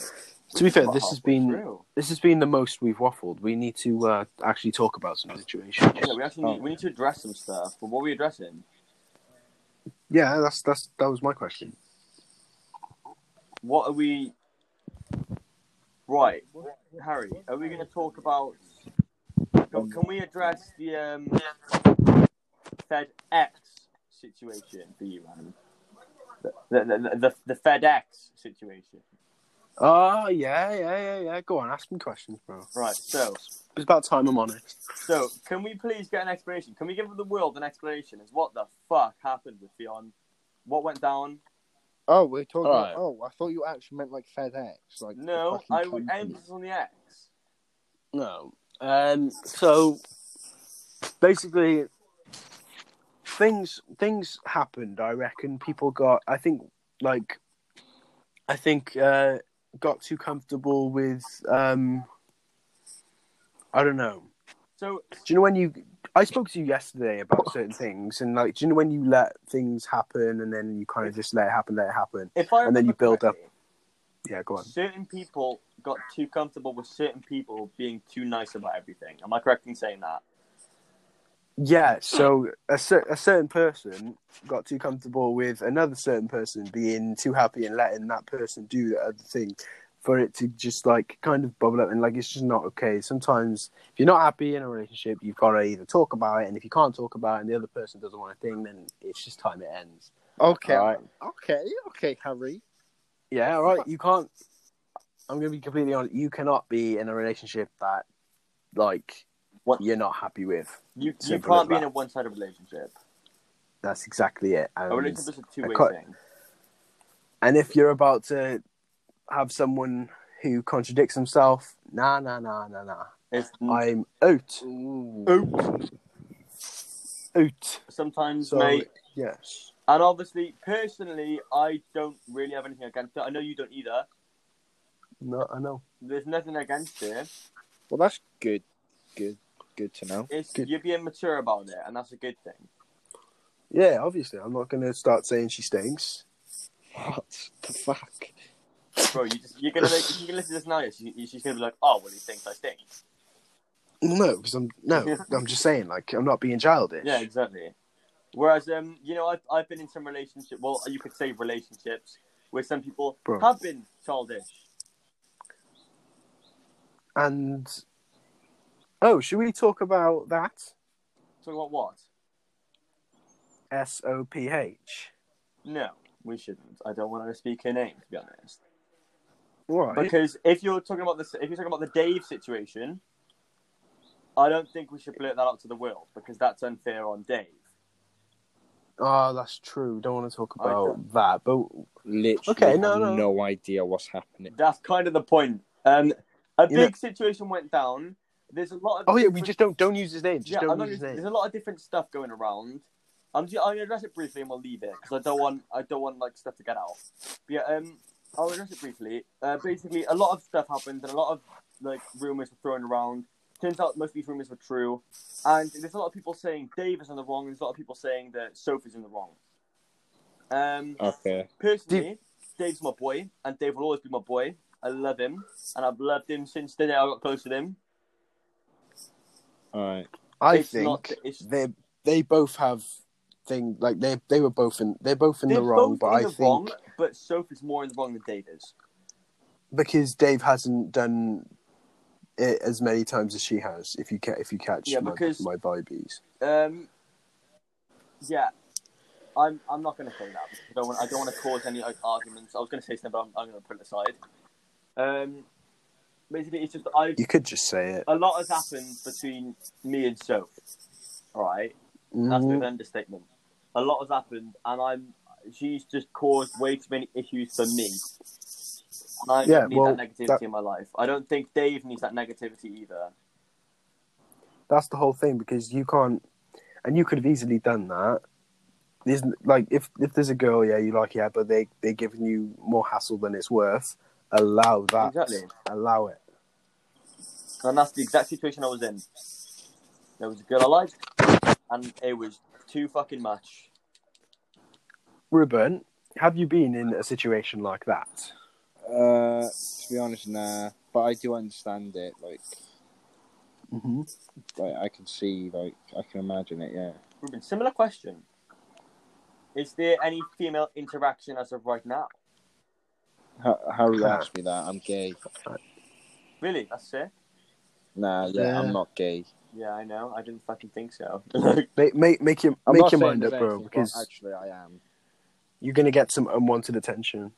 To be fair,
We're
this has
halfway
been
through.
this has been the most we've waffled. We need to uh, actually talk about some situations.
Yeah, we
Oh.
actually need, we need to address some stuff. But what are we addressing?
Yeah, that's that's that was my question.
What are we? Right, Harry. Are we going to talk about? Can, can we address the um, FedEx situation for you, Adam? The the, the, the, the FedEx situation.
Oh, yeah, yeah, yeah, yeah. Go on, ask me questions, bro.
Right. So,
It's about time I'm honest.
so can we please get an explanation? Can we give the world an explanation as what the fuck happened with Fionn? What went down?
Oh, we're talking.
Alright.
Oh, I thought you actually meant like FedEx. Like the
No,
fucking
I would
company.
emphasis on the X.
No. Um, so basically, things things happened. I reckon people got. I think like, I think uh, got too comfortable with. Um, I don't know.
So
Do you know when you? I spoke to you yesterday about certain things, and like, do you know when you let things happen, and then you kind of just let it happen, let it happen.
if I
And then you
remember
build up-
correctly,
Yeah, go on.
certain people got too comfortable with certain people being too nice about everything. Am I correct in saying that?
Yeah, so a, cer- a certain person got too comfortable with another certain person being too happy and letting that person do the other thing for it to just like kind of bubble up and like it's just not okay. Sometimes if you're not happy in a relationship, you've got to either talk about it, and if you can't talk about it and the other person doesn't want a thing, then it's just time it ends.
Okay,
Alright.
okay, okay, Harry.
Yeah, all right. You can't. I'm going to be completely honest. You cannot be in a relationship that like
What-
you're not happy with.
You, you
Simple as
can't be in
that.
a one sided relationship.
That's exactly it.
A
And
relationship is a two way
cut-
thing.
And if you're about to have someone who contradicts himself, nah, nah, nah, nah, nah.
It's,
I'm out.
Ooh.
Out. Out.
sometimes,
So,
mate.
yes.
And obviously, personally, I don't really have anything against it. I know you don't either.
No, I know.
There's nothing against it.
Well, that's good, good, good to know.
It's
Good.
you're being mature about it, and that's a good thing.
Yeah, obviously. I'm not going to start saying she stinks.
What the fuck?
Bro, you just, you're gonna make, if you can listen to this now, she, she's gonna be like, oh, well, he thinks I stink.
No, because I'm no. I'm just saying, like, I'm not being childish.
Yeah, exactly. Whereas, um, you know, I've, I've been in some relationship. Well, you could say relationships where some people
Bro.
have been childish.
And oh, should we talk about that?
So what? What?
S O P H.
No, we shouldn't. I don't want to speak her name, to be honest.
Right.
Because if you're talking about this, if you're talking about the Dave situation, I don't think we should blurt that out to the world because that's unfair on Dave.
Oh, that's true. Don't want to talk
I
about that. But oh,
Literally,
Okay,
have
no, no.
no. idea what's happening.
That's kind of the point. Um, a
You know-
big situation went down. There's a lot of
oh yeah, we
different-
just don't don't use his name. Just
yeah, I'm
don't
not,
use his
there's
name.
a lot of different stuff going around. I'm just, I'm gonna address it briefly and we'll leave it because I don't want I don't want like stuff to get out. But yeah, um, I'll address it briefly. Uh, basically, a lot of stuff happened and a lot of like rumors were thrown around. Turns out most of these rumors were true, and there's a lot of people saying Dave is in the wrong, and there's a lot of people saying that Sophie's in the wrong. Um,
Okay.
personally, Dave's my boy, and Dave will always be my boy. I love him, and I've loved him since the day I got close with him.
All right.
I
it's
think
not- it's-
they they both have thing like they they were both in they're both in
They're
the wrong,
both
but
in
I
the
think
wrong, but Sophie's more in the wrong than Dave is.
because Dave hasn't done it as many times as she has. If you ca- if you catch
Yeah,
my
because-
my vibes.
Um, yeah, I'm. I'm not going to say that. Because I don't want. I don't want to cause any like, arguments. I was going to say something, but I'm, I'm going to put it aside. Um, basically, it's just I.
You could just say it.
A lot has happened between me and Soph. All right, that's
Mhm.
an understatement. A lot has happened, and I'm. She's just caused way too many issues for me. And I
Yeah,
don't need
well,
that negativity
that-
in my life. I don't think Dave needs that negativity either.
That's the whole thing because you can't, and you could have easily done that. There's like if if there's a girl, yeah, you like yeah, but they they're giving you more hassle than it's worth. Allow that.
Exactly.
Allow it.
And that's the exact situation I was in. There was a girl I liked, and it was too fucking much.
Ruben, have you been in a situation like that?
Uh, to be honest, nah. But I do understand it. Like,
Mm-hmm.
like I can see, like I can imagine it. Yeah.
Ruben, similar question. Is there any female interaction as of right now?
How how you ask me that? I'm gay.
Really? That's it?
Nah, yeah,
Yeah.
I'm not gay.
Yeah, I know. I didn't fucking think so. (laughs)
Make make make your
I'm
make
not
your
saying
mind
there's
up, bro,
anything, but
because
actually I am.
you're gonna get some unwanted attention.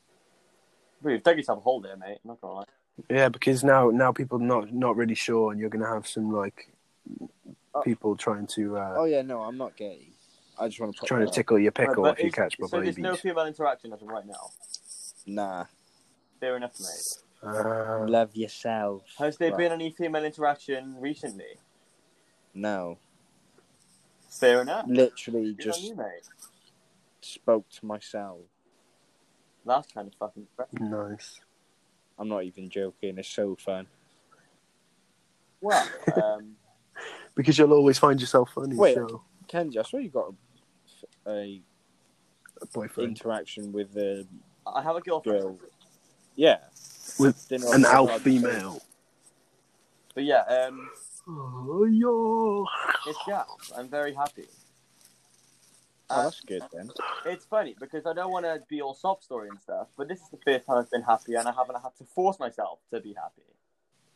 Really, you've dug yourself a hole there, mate. I'm not gonna lie.
Yeah, because now now people not not really sure, and you're gonna have some like people trying to uh,
Oh yeah, no, I'm not gay. I just want to put
trying to
that
tickle your pickle
Right, but
if you
is-
catch my
So
bloody
there's
beat.
no female interaction as of right now.
out. Nah,
Fair enough, mate.
Uh,
love yourself.
Has there
Right.
been any female interaction recently?
No,
Fair enough.
literally
Good on
just
you, mate.
spoke to myself.
That's kind of fucking.
nice.
I'm not even joking. It's so fun.
Well, (laughs) um,
Because you'll always find yourself funny.
Wait.
so
Kenji, I swear you got a, a
a boyfriend.
interaction with a
I have a girlfriend.
girl. Yeah,
With
Didn't know
An
what the
alpha
fuck-
female.
But yeah, um,
Oh yo.
it's Jack. I'm very happy.
Oh, that's good then.
It's funny because I don't want to be all soft story and stuff, but this is the first time I've been happy and I haven't had to force myself to be happy.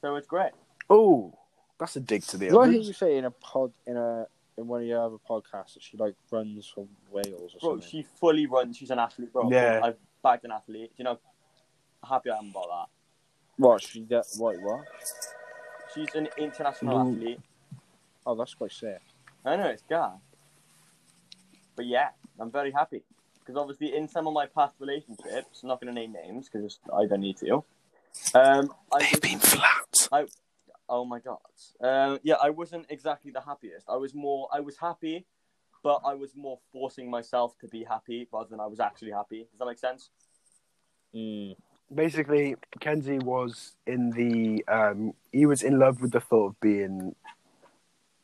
So it's great.
Oh, that's a dig to the
Did I hear
others.
you say in a pod in a in one of your other podcasts that she like runs for Wales or
Bro,
something?
she fully runs. She's an athlete, bro.
Yeah.
I've bagged an athlete. You know, happy I am about that.
What she get? What what?
She's an international
Mm.
athlete.
Oh, that's quite sick.
I know it's gas. But yeah, I'm very happy because obviously in some of my past relationships, I'm not going to name names because I don't need to. Um,
(laughs)
I was-
They've been flat.
oh my god. Um, yeah, I wasn't exactly the happiest. I was more. I was happy, but I was more forcing myself to be happy rather than I was actually happy. Does that make sense?
Mm.
Basically, Kenzie was in the um he was in love with the thought of being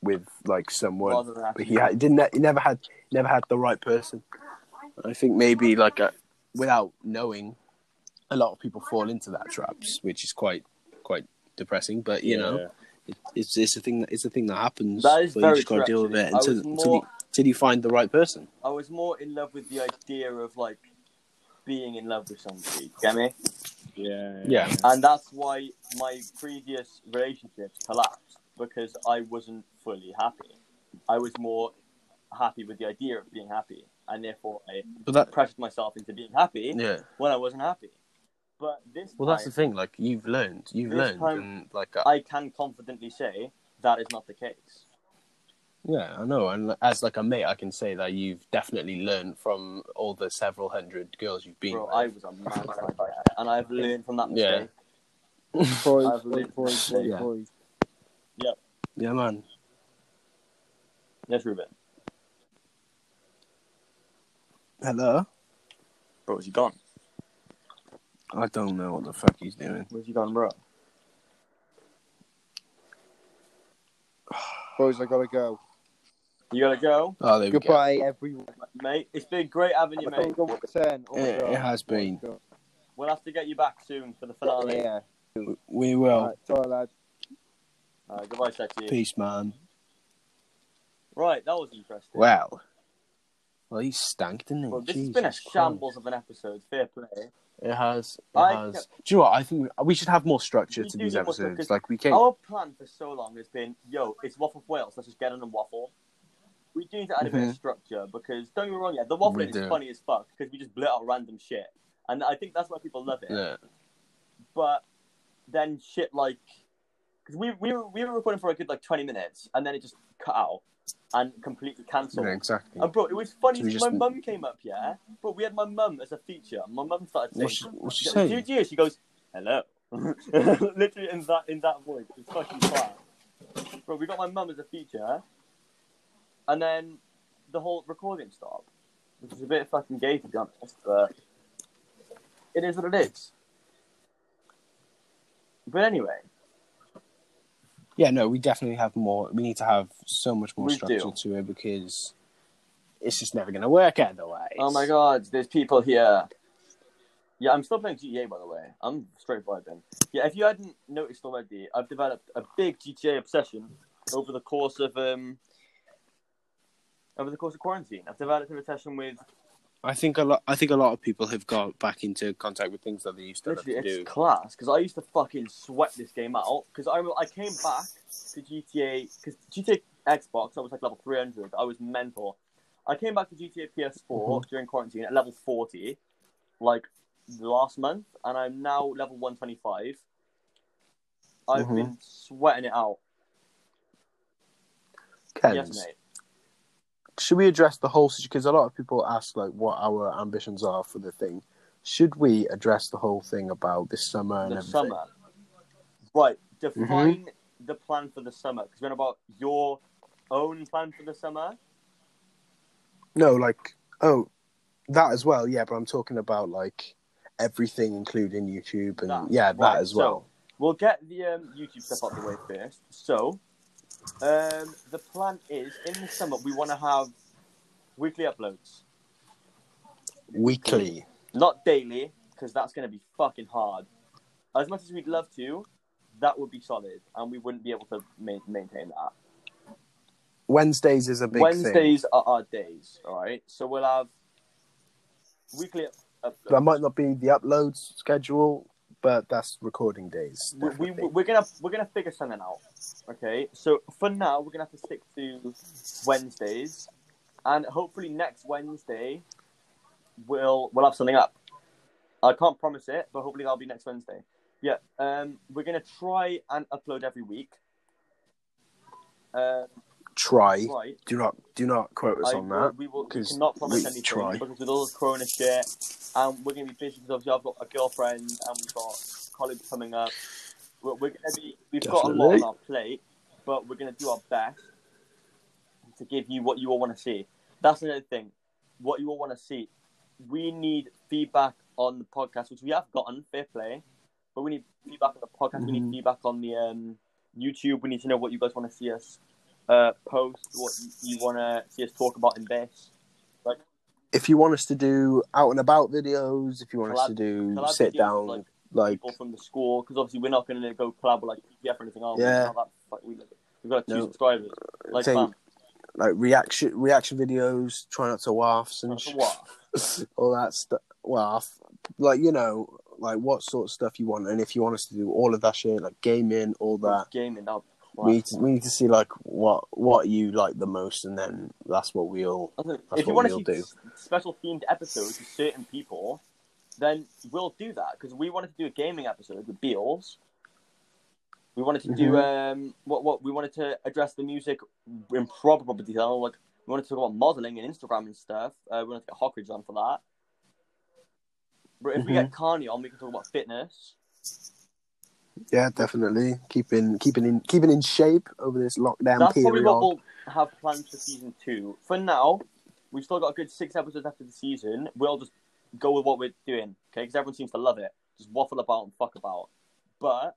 with like someone.
Rather than
but
actually.
he had, didn't he never had never had the right person. I think maybe like a, without knowing, a lot of people fall into that traps, which is quite quite depressing. But you know, it, it's it's a thing that it's a thing that happens.
That is
but
very
you just gotta
true,
deal with it
actually. I
until
was
until, you,
more-
until you find the right person.
I was more in love with the idea of like being in love with somebody. Get me?
Yeah. (laughs)
Yeah.
And that's why my previous relationships collapsed because I wasn't fully happy. I was more happy with the idea of being happy, and therefore I
But that
pressured myself into being happy
yeah.
when I wasn't happy. But this
Well, that's the
time,
thing. Like you've learned, you've
This
learned,
time-
and
uh,
like I,
I can confidently say that is not the case.
yeah, I know. And as like a mate, I can say that you've definitely learned from all the several hundred girls you've been.
Bro,
with.
I
(laughs)
was a mad like that, and I've learned from that
Yeah.
mistake.
Freud,
I've
Freud,
lived-
Freud, Freud,
Yeah.
Freud.
Yeah, man.
Yes, Ruben.
Hello.
Bro, is he gone?
I don't know what the fuck he's doing.
Where's
(sighs)
he gone, bro?
Boys, I gotta go.
You gotta go,
Oh, there we go.
Goodbye, everyone.
mate. It's been great having you, mate.
Go walk ten. Oh my
It,
God.
it has
Oh my
been.
God.
We'll have to get you back soon for the finale.
Yeah.
We will.
Alright, sorry, lad.
Uh, goodbye, sexy.
Peace, man.
Right, that was interesting.
Well, well, he stank, didn't he?
Well, this
Jesus
has been a
Christ.
shambles of an episode. Fair play.
It has. It
I
has. Do you know what? I think we, we should have more structure
We
to
do
these
need more structure, Oh,
episodes.
'cause
Like we can't.
Our plan for so long has been, yo, it's Waffle of Wales. Let's just get on and waffle. We do need to add a bit of
Mhm.
structure because don't get me wrong, yeah, the waffle
We
is
do.
funny as fuck because we just blurt out random shit, and I think that's why people love it.
yeah.
But then shit like, because we we were, we were recording for a good like twenty minutes, and then it just cut out and completely cancelled.
yeah, exactly.
And bro, it was funny.
So we
because
just-
My mum came up, yeah. Bro, we had my mum as a feature. My mum started saying,
What's she, what's she
yeah, Did you
saying?
do it? She goes, "Hello," (laughs) literally in that in that voice. It's fucking flat. Bro, we got my mum as a feature, and then the whole recording stopped, which is a bit fucking gay to be honest, but it is what it is. But anyway,
Yeah, no, we definitely have more. We need to have so much more
We
structure
do.
to it because it's just never going to work otherwise.
oh my god, there's people here. Yeah, I'm still playing GTA by the way. I'm straight vibing. Yeah, if you hadn't noticed already, I've developed a big GTA obsession over the course of um over the course of quarantine. I've developed an obsession with
I think a lot. I think a lot of people have got back into contact with things that they used to love
Literally,
to
it's
do.
class because I used to fucking sweat this game out because I remember I came back to GTA because GTA Xbox I was like level three hundred. I was mental. I came back to GTA PS4 during quarantine at level forty, like last month, and I'm now level one twenty five. I've been sweating it out.
Kens,
Yes, mate.
should we address the whole situation? Because a lot of people ask like what our ambitions are for the thing. Should we address the whole thing about this summer and
the
everything?
summer. Right, define the plan for the summer because we're on about your own plan for the summer.
No, like oh, that as well. Yeah, but I'm talking about like everything, including YouTube and
That,
yeah,
right,
that as
so-
well.
We'll get the um, YouTube stuff out the way first. So, um, the plan is in the summer we want to have weekly uploads,
Weekly.
not daily, because that's going to be fucking hard. As much as we'd love to, that would be solid, and we wouldn't be able to ma- maintain that.
Wednesdays is a big thing.
Wednesdays are our days, all right. So we'll have weekly up- uploads.
That might not be the upload schedule, but that's recording days.
we, we,
definitely.
we're gonna we're gonna figure something out. Okay, so for now we're gonna have to stick to Wednesdays, and hopefully next Wednesday we'll we'll have something up. I can't promise it, but hopefully that'll be next Wednesday. Yeah, um, we're gonna try and upload every week. Uh,
Try.
right,
Do not do not quote us
I-
on that.
we will we
'cause
cannot promise
we
anything
try.
because with all the Corona shit, and we're gonna be busy because obviously I've got a girlfriend and we've got college coming up. We're, we're gonna be we've got a lot on
Definitely.
our plate, but we're gonna do our best to give you what you all want to see. That's another thing. What you all want to see. We need feedback on the podcast, which we have gotten. Fair play, but we need feedback on the podcast. We
Mm-hmm.
need feedback on the um, YouTube. We need to know what you guys want to see us uh, post, what you, you want to see us talk about in this.
if you want us to do out and about videos, if you want us
Collab-
to do
collab
Mm, sit
videos,
down,
like,
like,
people from the school because obviously we're not going to go collab with like PPF or anything. Are we?
Yeah.
Not that, fuck- we, we've got two
No.
subscribers. Like,
Thing-
fam,
like reaction reaction videos, try not to waffs and
for what?
sh- all that stuff. Waff, like you know, like what sort of stuff you want, and if you want us to do all of that shit, like gaming, all that.
Gaming, that.
We need, to, we need to see like what what you like the most, and then that's what we'll.
I think
That's
if you
what
want to
we'll
see
do.
s- special themed episodes with certain people, then we'll do that because we wanted to do a gaming episode with Beals. We wanted to do
Mm-hmm.
um what what we wanted to address the music in proper proper detail. Like we wanted to talk about modeling and Instagram and stuff. Uh, we wanted to get Hockridge on for that. But if we get
Mm-hmm.
Carney on, we can talk about fitness.
Yeah, definitely keeping keeping in keeping in shape over this lockdown
That's probably
period.
what we'll have planned for season two. For now, we've still got a good six episodes after the season. We'll just go with what we're doing, okay? Because everyone seems to love it. Just waffle about and fuck about. But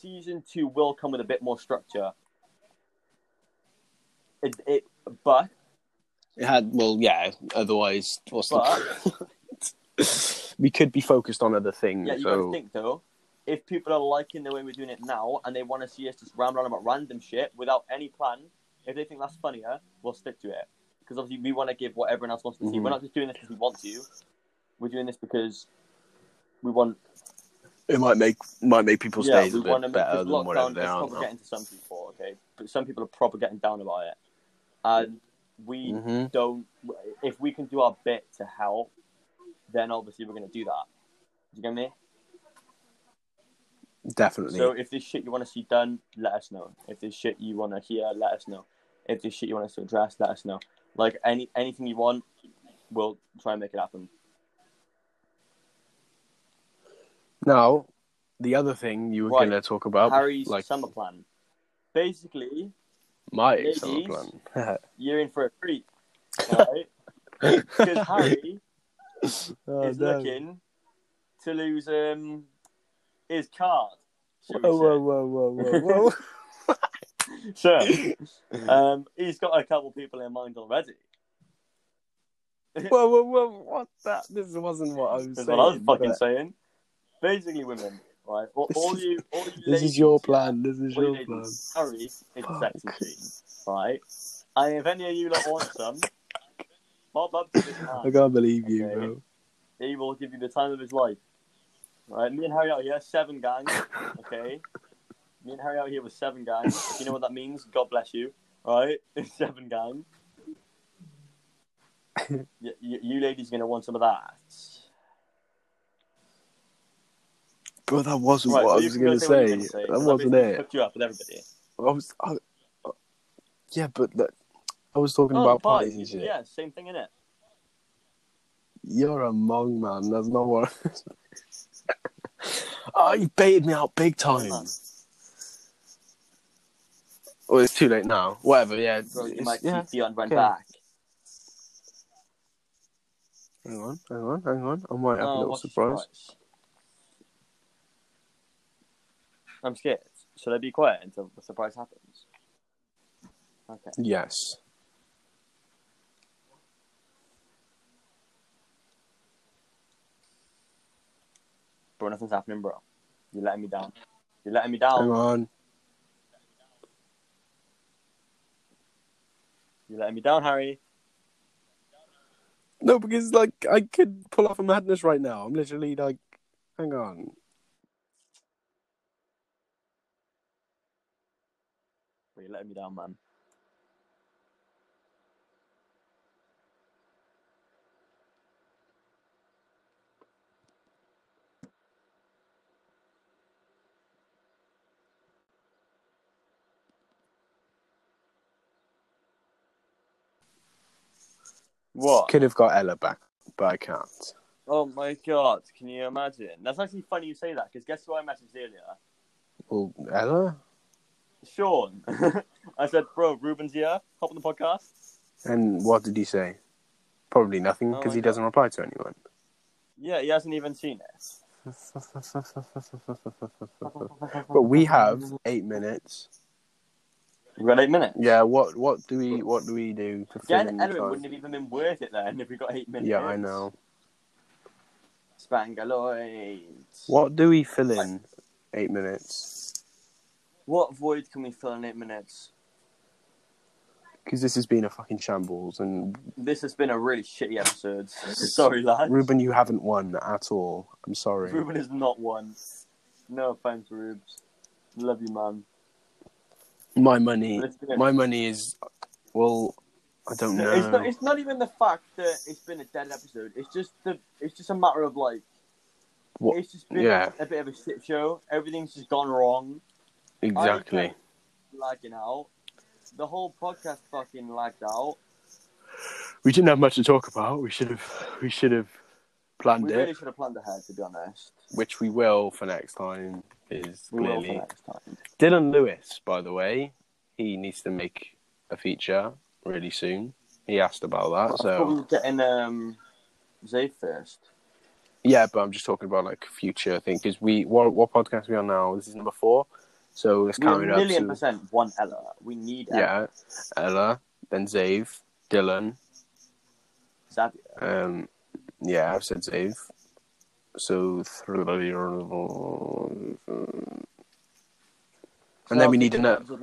season two will come with a bit more structure. It, it but
It had well, yeah. Otherwise, what's
But-
the... (laughs) we could be focused on other things.
yeah, you
so
gotta think though. If people are liking the way we're doing it now and they want to see us just ramble on about random shit without any plan, if they think that's funnier, we'll stick to it. Because obviously we want to give what everyone else wants to see.
Mhm.
We're not just doing this because we want to. We're doing this because we want.
it might make might make people's
yeah,
days
we
a
want to
bit
make
better
because
than whatever
lockdown
they
is
are.
proper getting to some people, okay? But some people are proper getting down about it, and we
Mm-hmm.
don't. If we can do our bit to help, then obviously we're going to do that. Do you get me?
Definitely.
So if there's shit you want to see done, let us know. If there's shit you want to hear, let us know. If there's shit you want us to address, let us know. Like any anything you want, we'll try and make it happen.
now, the other thing you were
Right.
going to talk about,
Harry's
like
summer plan. Basically,
my
ladies.
summer plan.
you're in for a
(laughs)
treat, right? Because Harry
Oh,
is
no.
looking to lose um his card. shall we
Whoa, whoa,
say.
whoa, whoa,
(laughs)
whoa, whoa.
So,
(laughs)
um, he's got a couple people in mind already.
Whoa, whoa, whoa, what that? This wasn't what I was
That's
saying.
what I was fucking
but-
saying. Basically, women, right? All,
(laughs)
all you, all you
This is
ladies-
your plan. This is
all you
your plan.
ladies, Harry is a sexy team, right? And if any of you lot want some, Bob up to this
(laughs) I
man.
can't believe you,
Okay.
bro.
He will give you the time of his life. Right? Me and Harry out here, seven gangs, okay? Me and Harry out here with seven gangs. If you know what that means, God bless you, right? (laughs)
(laughs)
seven gangs. you, you, you ladies going to want some of that.
Bro, that wasn't
Right,
what I
you
was
can go
going to
what you
say.
were gonna
That
'cause I
wasn't
basically
it.
Hooked you up with everybody.
I was, I, I- yeah, but that, I was talking
Oh,
about
pies.
pies and shit.
Yeah, same thing in it.
You're a mong man. That's not what. (laughs) oh, you baited me out big time. Oh, it's too late now. Whatever. Yeah.
Bro, you
it's-
might
yeah.
keep Dion Brand
okay.
back.
Hang on, hang on, hang on. I might have a
Oh,
little
what's the
surprise.
surprise? I'm scared. Should I be quiet until the surprise happens? Okay.
Yes.
Bro, nothing's happening, bro. You're letting me down. You're letting me
Hang
down.
on.
You're letting me down, Harry.
No, because like I could pull off a madness right now. I'm literally like, hang on.
Bro, you're letting me down, man. What?
Could have got Ella back, but I can't.
Oh my god, can you imagine? That's actually funny you say that, because guess who I messaged earlier?
Well, Ella
Sean. (laughs) I said, bro, Ruben's here. Hop on the podcast.
And what did he say? Probably nothing
Oh
because
my
he
God.
doesn't reply to anyone.
Yeah, he hasn't even seen it.
But we have eight minutes.
We've got eight minutes.
Yeah. What What do we What do we do to fill
Yeah,
in
and
the
Ellen
time?
wouldn't have even been worth it then if we got eight minutes.
Yeah, I know.
Spangaloid.
What do we fill in? Eight minutes.
What void can we fill in eight minutes?
Because this has been a fucking shambles, and
This has been a really shitty episode. (laughs) Sorry, lads.
Ruben, you haven't won at all. I'm sorry.
Ruben is not one. No offense, Rubes. Love you, man.
My money.
But it's been a-
My money is. Well, I don't know.
It's not. It's not even the fact that it's been a dead episode. It's just the. It's just a matter of like.
What-
It's just been
yeah.
a bit of a shit show. Everything's just gone wrong. I
exactly.
kept lagging out. The whole podcast fucking lagged out.
We didn't have much to talk about. We should have. We should have planned
We
it.
really should have planned ahead, to be honest.
which we will for next time, is
We will for
clearly
next time.
Dylan Lewis. By the way, he needs to make a feature really soon. He asked about that,
But
so
we were getting um, Zay first.
yeah. But I'm just talking about like future thing because we what what podcast we on now? This is number four, so let's
We a
count it up.
million
So,
percent one Ella. We need Ella.
yeah, Ella, then Zave, Dylan.
Xavier.
Um, yeah, I've said Zave. So three. And then we need
an
another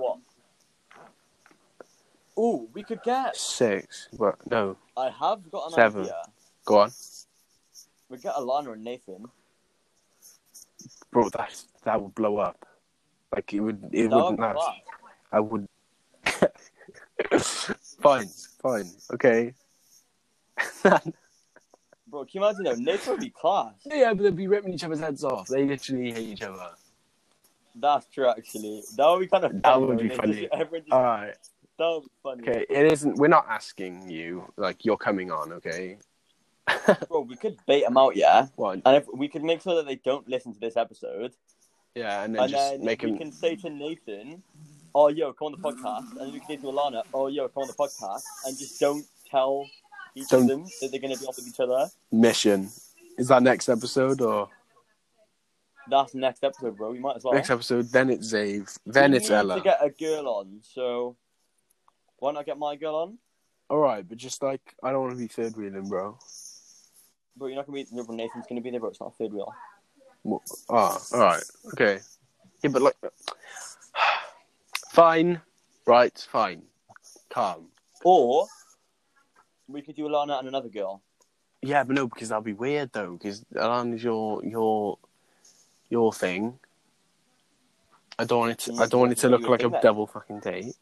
Oh, we could get.
six. But no,
I have got an
Seven.
idea.
go on.
We get Alana and Nathan.
bro, that that would blow up. Like it would, it
That would
wouldn't
be
last.
class.
I would. (laughs) fine, fine, okay. (laughs)
Bro, can you imagine though? Nathan would be class.
yeah, but they'd be ripping each other's heads off. They literally hate each other.
That's true, actually. That would be kind of.
That
fun,
would
though.
be
Nathan
funny.
just- (laughs) everyone just-
All right,
That would be funny.
okay. It isn't. We're not asking you. Like you're coming on, okay?
Bro, we could bait them out, yeah?
Well,
And if we could make sure that they don't listen to this episode,
yeah, and then
and
just
then
make
we
him.
can say to Nathan, "Oh, yo, come on the podcast," and then we can say to Alana, "Oh, yo, come on the podcast," and just don't tell each
Don't-
of them that they're going to be off with each other.
Mission. Is that next episode or
That's the next episode, bro. We might as well.
next episode? Then it's Zave. Then
We
it's
need
Ella.
To get a girl on, so why not get my girl on?
All right, but just like I don't want to be third wheeling, bro.
But you're not going to be. Nathan's going to be there, but it's not a third wheel.
Mo- Ah, all right, okay. Yeah, but like, (sighs) fine, right, fine, calm.
Or we could do Alana and another girl.
Yeah, but no, because that'd be weird though. Because Alan's your your your thing. I don't want it. To, I don't want it to look like a double fucking date.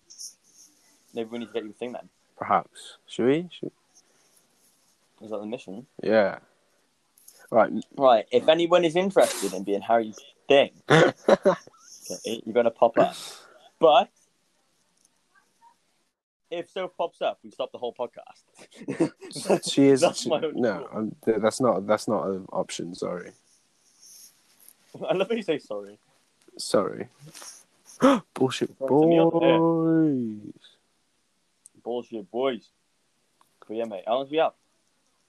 Maybe we need to get you a thing then.
Perhaps should we? Should...
Is that the mission?
Yeah. (laughs) Right.
Right. If anyone is interested in being Harry's thing, okay, you're gonna pop up. But if so pops up, we stop the whole podcast. (laughs)
She is.
That's
she-
my own
no,
fault.
I'm, th- that's not. That's not an option. Sorry.
I love how you say sorry.
Sorry. (gasps) Bullshit
Right, to me on air.
boys.
Bullshit, boys. But yeah, mate. How long do we have?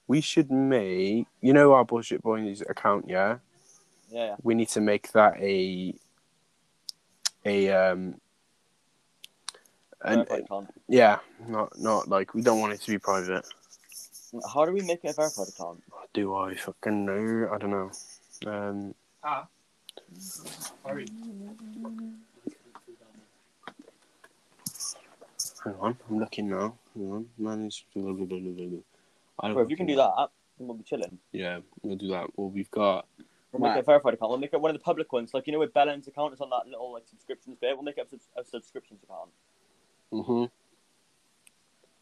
We should make. You know our bullshit boys account, yeah.
Yeah, yeah.
we need to make that a a um an,
verified account.
yeah not not like we don't want it to be private
How do we make it a verified account?
do i fucking know i don't know um
Ah.
hang on i'm looking now hang on manage blah, blah, blah, blah, blah, blah. I don't
Bro, if you can do that, then we'll be chilling.
yeah we'll do that well we've got
We'll make it a verified account. We'll make it one of the public ones. Like, you know, with Bellen's account, it's on that little, like, subscriptions bit. We'll make it a, subs- a subscriptions account.
hmm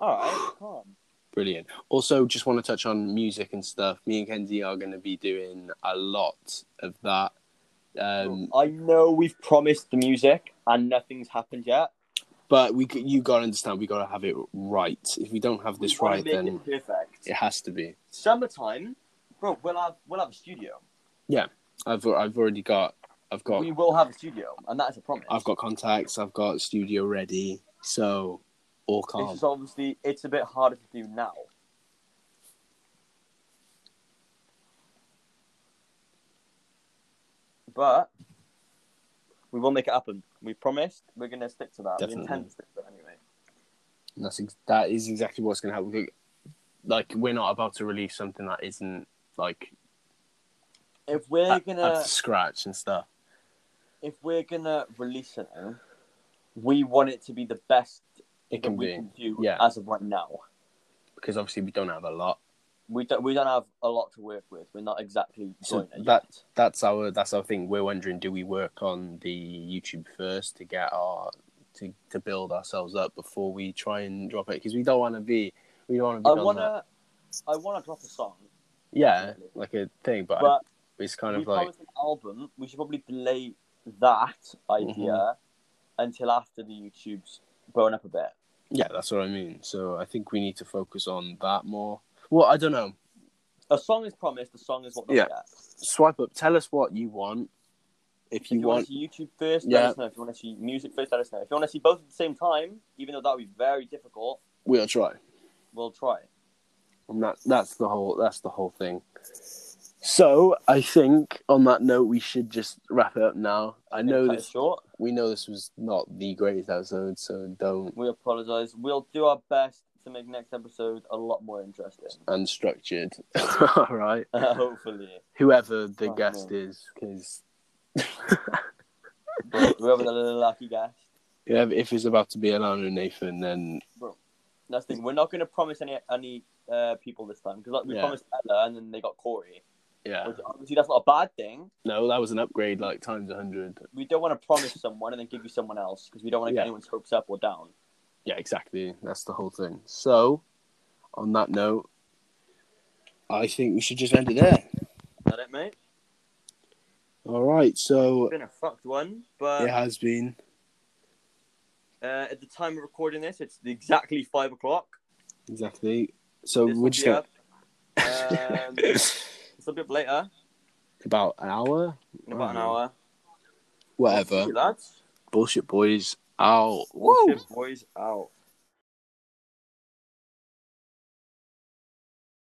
All right, calm.
Brilliant. Also, just want to touch on music and stuff. Me and Kenzie are going to be doing a lot of that. Um,
I know we've promised the music and nothing's happened yet.
but we, c- you got to understand, we got to have it right. If we don't have this
We wanna
right,
make
then
it perfect.
it has to be.
Summertime, bro. We'll have we'll have a studio.
I've, I've already got, I've got,
We will have a studio, and that is a promise.
I've got contacts. I've got studio ready. So, all
It's
calm.
just obviously it's a bit harder to do now. But we will make it happen. We promised we're gonna stick to that. We
Definitely.
intend to stick to that anyway.
And That's ex- that is exactly what's going to happen. We- Like we're not about to release something that isn't like
If we're
up,
gonna
up to scratch and stuff.
if we're gonna release it now, we want it to be the best
It
that
can
we
be
can do
yeah.
as of right now.
because obviously we don't have a lot.
We don't we don't have a lot to work with. We're not exactly
So
doing it
that-
yet.
that's our that's our thing. We're wondering, do we work on the YouTube first to get our to to build ourselves up before we try and drop it? Because we don't want to be we don't want to
I
be on that.
wanna I wanna drop a song,
Yeah, like a thing, but,
but
it's kind
we
of like
promised an album. We should probably delay that idea
Mm-hmm.
until after the YouTube's grown up a bit.
yeah, that's what I mean. So I think we need to focus on that more. Well, I don't know.
A song is promised. The song is what they'll
Yeah.
get.
Swipe up. Tell us what you want. If
If
you,
you,
want,
want to see YouTube first,
Yeah.
let us know. If you want to see music first, let us know. If you want to see both at the same time, even though that would be very difficult,
we'll try.
we'll try.
And that that's the whole that's the whole thing. So I think on that note we should just wrap it up now. I know
Cut it
this
short.
we know this was not the greatest episode, so don't
We apologize. We'll do our best to make next episode a lot more interesting. (laughs)
unstructured. (laughs) All right,
Hopefully,
whoever the
Oh,
guest is, because
But whoever the lucky guy.
if if it's about to be Alana and Nathan, then
That's the thing. We're not going to promise any any uh, people this time because like, we
Yeah.
promised Ella and then they got Corey.
yeah,
Which obviously that's not a bad thing.
no, that was an upgrade like times hundred.
We don't want to promise someone and then give you someone else because we don't want to
Yeah.
get anyone's hopes up or down.
Yeah, exactly. That's the whole thing. So on that note, I think we should just end it there.
Is that it, mate?
All right, so
It's been a fucked one, but
it has been.
uh, at the time of recording this, it's exactly five o'clock.
Exactly. So
This
we're
will
just
be
gonna,
up, um, it's a bit later,
(laughs) about an hour,
in about an
Oh.
hour.
whatever.
(laughs) See you, lads.
Bullshit boys. Ow.
Bullshit boys out.